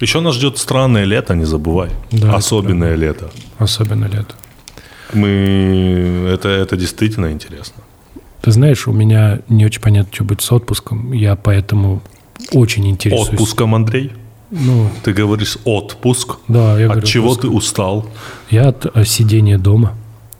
B: Еще нас ждет странное лето, не забывай.
A: Да,
B: Особенное лето.
A: Особенно лето.
B: Мы... Это, это действительно интересно.
A: Ты знаешь, у меня не очень понятно, что будет с отпуском. Я поэтому очень интересуюсь.
B: Отпуском, Андрей?
A: Ну,
B: Ты говоришь отпуск.
A: да, я
B: От
A: говорю,
B: чего
A: отпуск.
B: ты устал?
A: Я от э, сидения дома.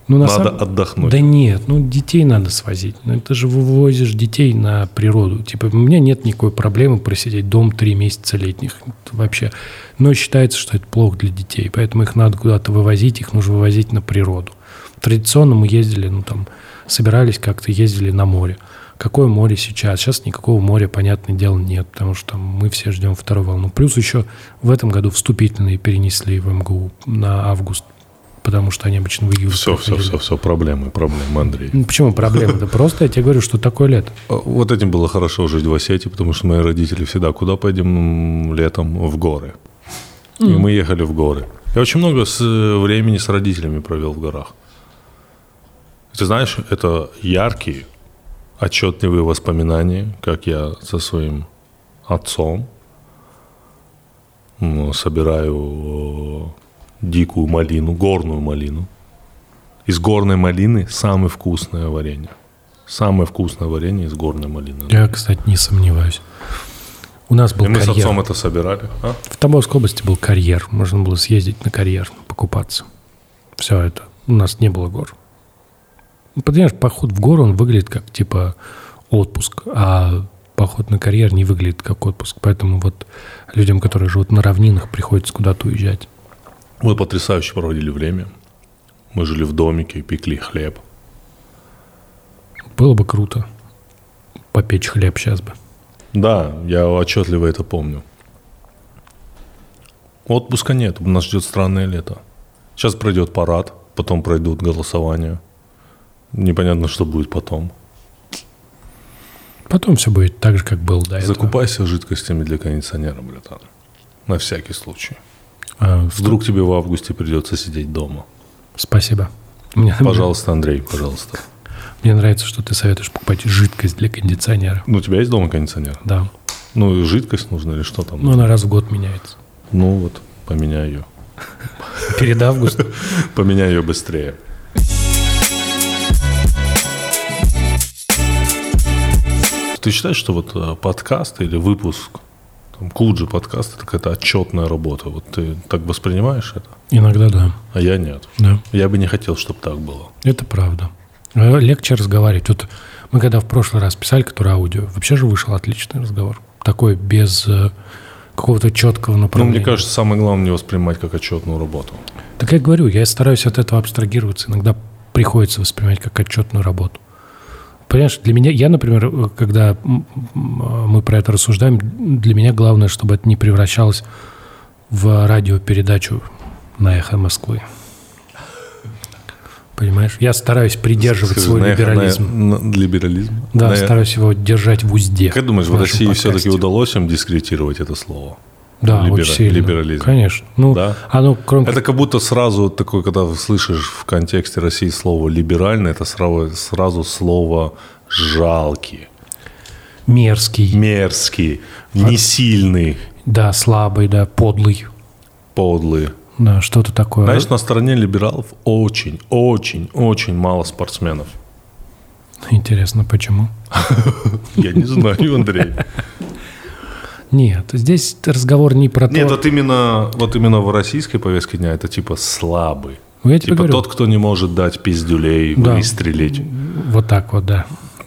A: Ну, на
B: Надо
A: самом-
B: отдохнуть.
A: Да нет, ну детей надо свозить. Ну это же вывозишь детей на природу. Типа у меня нет никакой проблемы просидеть дом три месяца летних. Это вообще. Но считается, что это плохо для детей. Поэтому их надо куда-то вывозить, их нужно вывозить на природу. Традиционно мы ездили, ну там, собирались как-то, ездили на море. Какое море сейчас? Сейчас никакого моря, понятное дело, нет, потому что там мы все ждем вторую волну. Плюс еще в этом году вступительные перенесли в МГУ на август, потому что они обычно в июле.
B: Все, все,
A: проходили.
B: все, все, проблемы, проблемы, Андрей.
A: Ну, почему проблема? Да просто я тебе говорю, что такое лето.
B: А Вот этим было хорошо жить в Осетии, потому что мои родители всегда, куда пойдем м, летом, в горы. И мы ехали в горы. Я очень много с, э, времени с родителями провел в горах. Ты знаешь, это яркие, отчетливые воспоминания, как я со своим отцом ну, собираю э, дикую малину, горную малину. Из горной малины самое вкусное варенье. Самое вкусное варенье из горной малины.
A: Я, кстати, не сомневаюсь. У нас был
B: И мы с
A: карьер.
B: отцом это собирали. а?
A: В Тамбовской области был карьер. Можно было съездить на карьер, покупаться. Все это. У нас не было гор. Ну, Понимаешь, поход в гору, он выглядит как, типа, отпуск. А поход на карьер не выглядит как отпуск. Поэтому вот людям, которые живут на равнинах, приходится куда-то уезжать.
B: Мы потрясающе проводили время. Мы жили в домике, пекли хлеб.
A: Было бы круто попечь хлеб сейчас бы.
B: Да, я отчетливо это помню. Отпуска нет, нас ждет странное лето. Сейчас пройдет парад, потом пройдут голосования. Непонятно, что будет потом.
A: Потом все будет так же, как было до этого.
B: Закупайся жидкостями для кондиционера, братан. На всякий случай.
A: А,
B: Вдруг тебе в августе придется сидеть дома.
A: Спасибо. Мне,
B: Пожалуйста, Андрей, пожалуйста.
A: Мне нравится, что ты советуешь покупать жидкость для кондиционера.
B: Ну, у тебя есть дома кондиционер?
A: Да.
B: Ну, и жидкость нужна или что там?
A: Но она раз в год меняется.
B: Ну вот, поменяй ее.
A: Перед августом.
B: [LAUGHS] Поменяй ее быстрее. Ты считаешь, что вот э, подкаст или выпуск, там, Куджи подкаст, это какая-то отчетная работа? Вот ты так воспринимаешь это?
A: Иногда да.
B: А я нет.
A: Да,
B: Я бы не хотел, чтобы так было.
A: это правда. Э, Легче разговаривать. Вот мы когда в прошлый раз писали, который аудио, вообще же вышел отличный разговор. Такой без э, какого-то четкого
B: Ну,
A: направления.
B: мне кажется, самое главное не воспринимать как отчетную работу.
A: Так я говорю, я стараюсь от этого абстрагироваться. Иногда приходится воспринимать как отчетную работу. Понимаешь, для меня, я, например, э, когда м, м, э, мы про это рассуждаем, для меня главное, чтобы это не превращалось в радиопередачу на «Эхо Москвы». Понимаешь? Я стараюсь придерживать
B: Скажи,
A: свой
B: на эхо- на-
A: либерализм.
B: на- либерализм?
A: Да,
B: На эхо.
A: стараюсь его держать в узде.
B: Как думаешь, в
A: нашем
B: России все-таки
A: подкасте.
B: удалось им дискретировать это слово?
A: Да,
B: либера-
A: очень сильно.
B: либерализм?
A: Конечно. Ну,
B: Да?
A: оно кроме
B: [LAUGHS] Это как будто сразу вот такое, когда слышишь в контексте России слово «либеральный», это сразу, сразу слово «жалкий»,
A: мерзкий,
B: «мерзкий», «несильный»,
A: да, слабый, да, подлый,
B: «подлый».
A: да, что-то такое.
B: Знаешь, на стороне либералов очень, очень, очень мало спортсменов.
A: Интересно, почему?
B: Я не
A: [LAUGHS]
B: знаю, Андрей.
A: Нет, здесь разговор не про то.
B: Нет, вот именно, вот именно в российской повестке дня это типа слабый.
A: Ну, я тебе
B: Типа
A: говорю.
B: тот, кто не может дать пиздюлей,
A: Да.
B: выстрелить,
A: Вот так вот, да.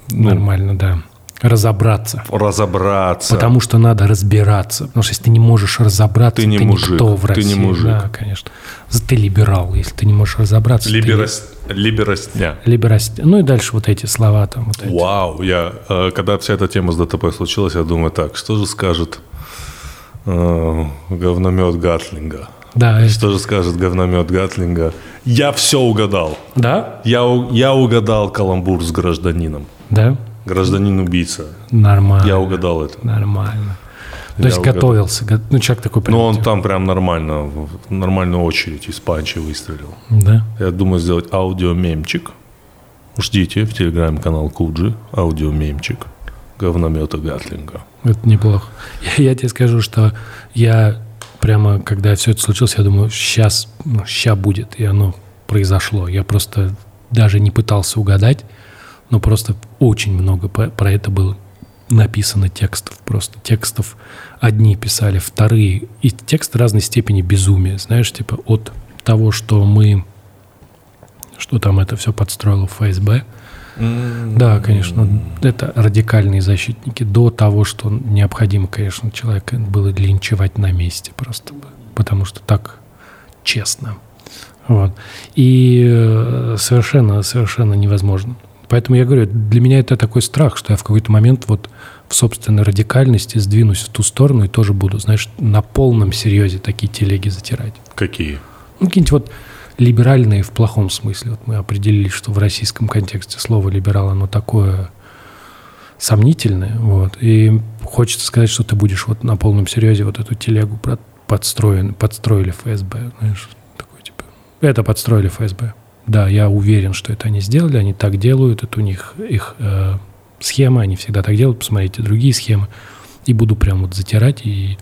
B: Ну.
A: Нормально, да. Разобраться.
B: разобраться.
A: Потому что надо разбираться. Потому что если ты не можешь разобраться,
B: Ты не мужик,
A: никто в
B: ты не
A: России.
B: мужик.
A: Да, конечно. За- Ты либерал, если ты не можешь разобраться. ты-
B: Либерас- Либерастня.
A: либераст- Ну и дальше вот эти слова там. Вот эти.
B: Вау, я, э, когда вся эта тема с ДТП случилась, я думаю, так, что же скажет э, говномет Гатлинга?
A: Да, э,
B: Что же скажет говномет Гатлинга? Я все угадал.
A: да,
B: Я, у- я угадал каламбур с гражданином.
A: да.
B: Гражданин убийца.
A: Нормально.
B: Я угадал это.
A: Нормально. То
B: Я
A: есть
B: угадал.
A: готовился. го- Ну, человек такой прям.
B: Но он там прям нормально, в в нормальную очередь из панчи выстрелил.
A: Да.
B: Я думаю сделать аудиомемчик. Ждите в телеграм-канал Куджи аудиомемчик говномета Гатлинга.
A: Это неплохо. [LAUGHS] Я, я тебе скажу, что я прямо, когда все это случилось, я думаю, сейчас, ну, ща будет, и оно произошло. Я просто даже не пытался угадать, но просто очень много по- про это было написано текстов. Просто текстов одни писали, вторые. И текст разной степени безумия. Знаешь, типа от того, что мы... Что там это все подстроило ФСБ, да, конечно, это радикальные защитники до того, что необходимо, конечно, человека было линчевать на месте просто, бы, потому что так честно. Вот. И э, совершенно, совершенно невозможно. Поэтому я говорю, для меня это такой страх, что я в какой-то момент вот в собственной радикальности сдвинусь в ту сторону и тоже буду, знаешь, на полном серьезе такие телеги затирать.
B: Какие?
A: Ну, какие-нибудь вот либеральные в плохом смысле. Вот мы определили, что в российском контексте слово «либерал» оно такое сомнительное. Вот. И хочется сказать, что ты будешь вот на полном серьезе вот эту телегу про, подстроен, подстроили ФСБ. Знаешь, такой, типа, это подстроили ФСБ. Да, я уверен, что это они сделали, они так делают, это у них их э, схема, они всегда так делают, посмотрите другие схемы. И буду прям вот затирать, и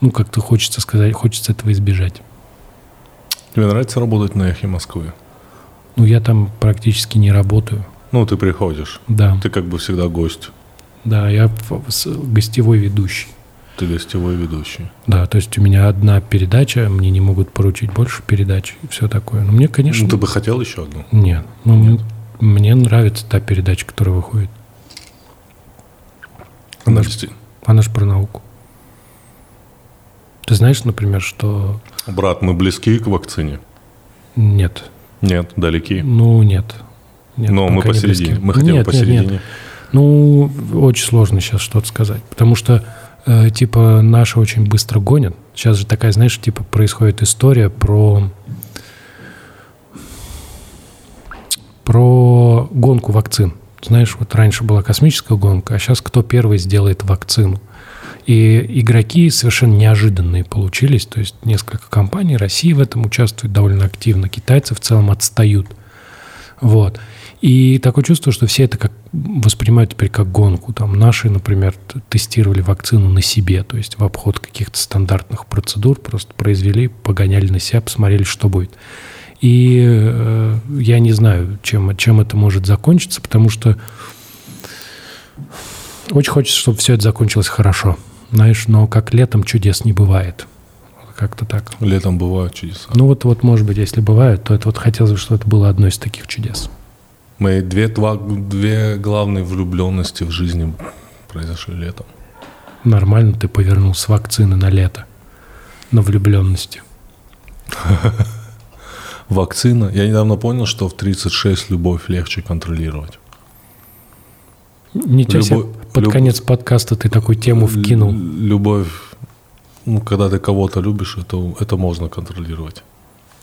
A: ну как-то хочется сказать, хочется этого избежать.
B: Тебе нравится работать на эхе Москвы?
A: Ну я там практически не работаю,
B: Ну, ты приходишь.
A: да.
B: Ты как бы всегда гость.
A: Да, я в- с- гостевой ведущий.
B: Ты гостевой ведущий.
A: Да, то есть у меня одна передача, мне не могут поручить больше передач и все такое. Но мне, конечно...
B: Ну, ты бы хотел еще одну?
A: Нет, ну, м- мне нравится та передача, которая выходит. Она ж-
B: Подожди.
A: Она же про науку. Ты знаешь, например, что...
B: Брат, мы близки к вакцине?
A: Нет.
B: Нет, далеки.
A: Ну, нет. Нет,
B: Но мы
A: пока не
B: посередине.
A: близки.
B: Мы хотим
A: Нет, нет, нет.
B: посередине.
A: Ну, очень сложно сейчас что-то сказать, потому что э, типа наши очень быстро гонят. Сейчас же такая, знаешь, типа происходит история про про гонку вакцин. Знаешь, вот раньше была космическая гонка, а сейчас кто первый сделает вакцину. И игроки совершенно неожиданные получились. То есть несколько компаний, России в этом участвует довольно активно, китайцы в целом отстают. Вот. И такое чувство, что все это как воспринимают теперь как гонку. Там наши, например, т- тестировали вакцину на себе, то есть в обход каких-то стандартных процедур, просто произвели, погоняли на себя, посмотрели, что будет. И э, я не знаю, чем, чем это может закончиться, потому что очень хочется, чтобы все это закончилось хорошо. Знаешь, но как летом чудес не бывает. Как-то так.
B: Летом бывают чудеса.
A: Ну вот, вот, может быть, если бывает, то это вот хотелось бы, чтобы это было одно из таких чудес.
B: Мои две, два- две главные влюбленности в жизни произошли летом.
A: Нормально ты повернул с вакцины на лето. На влюбленности.
B: Вакцина. Я недавно понял, что в 36 любовь легче контролировать.
A: Ничего себе,
B: Любой-
A: под
B: люб-
A: конец подкаста ты такую тему
B: Л-
A: вкинул.
B: Любовь, ну, когда ты кого-то любишь, это, это можно контролировать.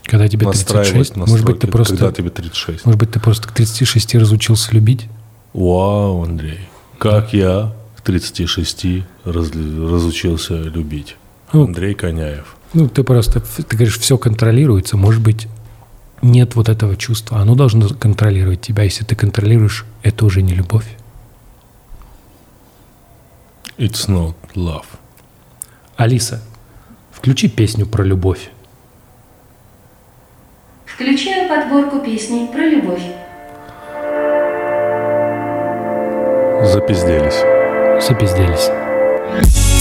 A: Когда тебе 36, может быть, ты
B: настройки,
A: просто...
B: Когда тебе 36.
A: Может быть, ты просто к 36 разучился любить?
B: Вау, Андрей, как я к 36 раз- разучился любить.
A: Ну,
B: Андрей Коняев.
A: Ну, ты просто, ф- ты говоришь, все контролируется. Может быть, нет вот этого чувства. Оно должно контролировать тебя. Если ты контролируешь, это уже не любовь.
B: It's not love.
A: Алиса, включи песню про любовь.
D: Включаю подборку песней про любовь.
B: Запизделись.
A: Запизделись.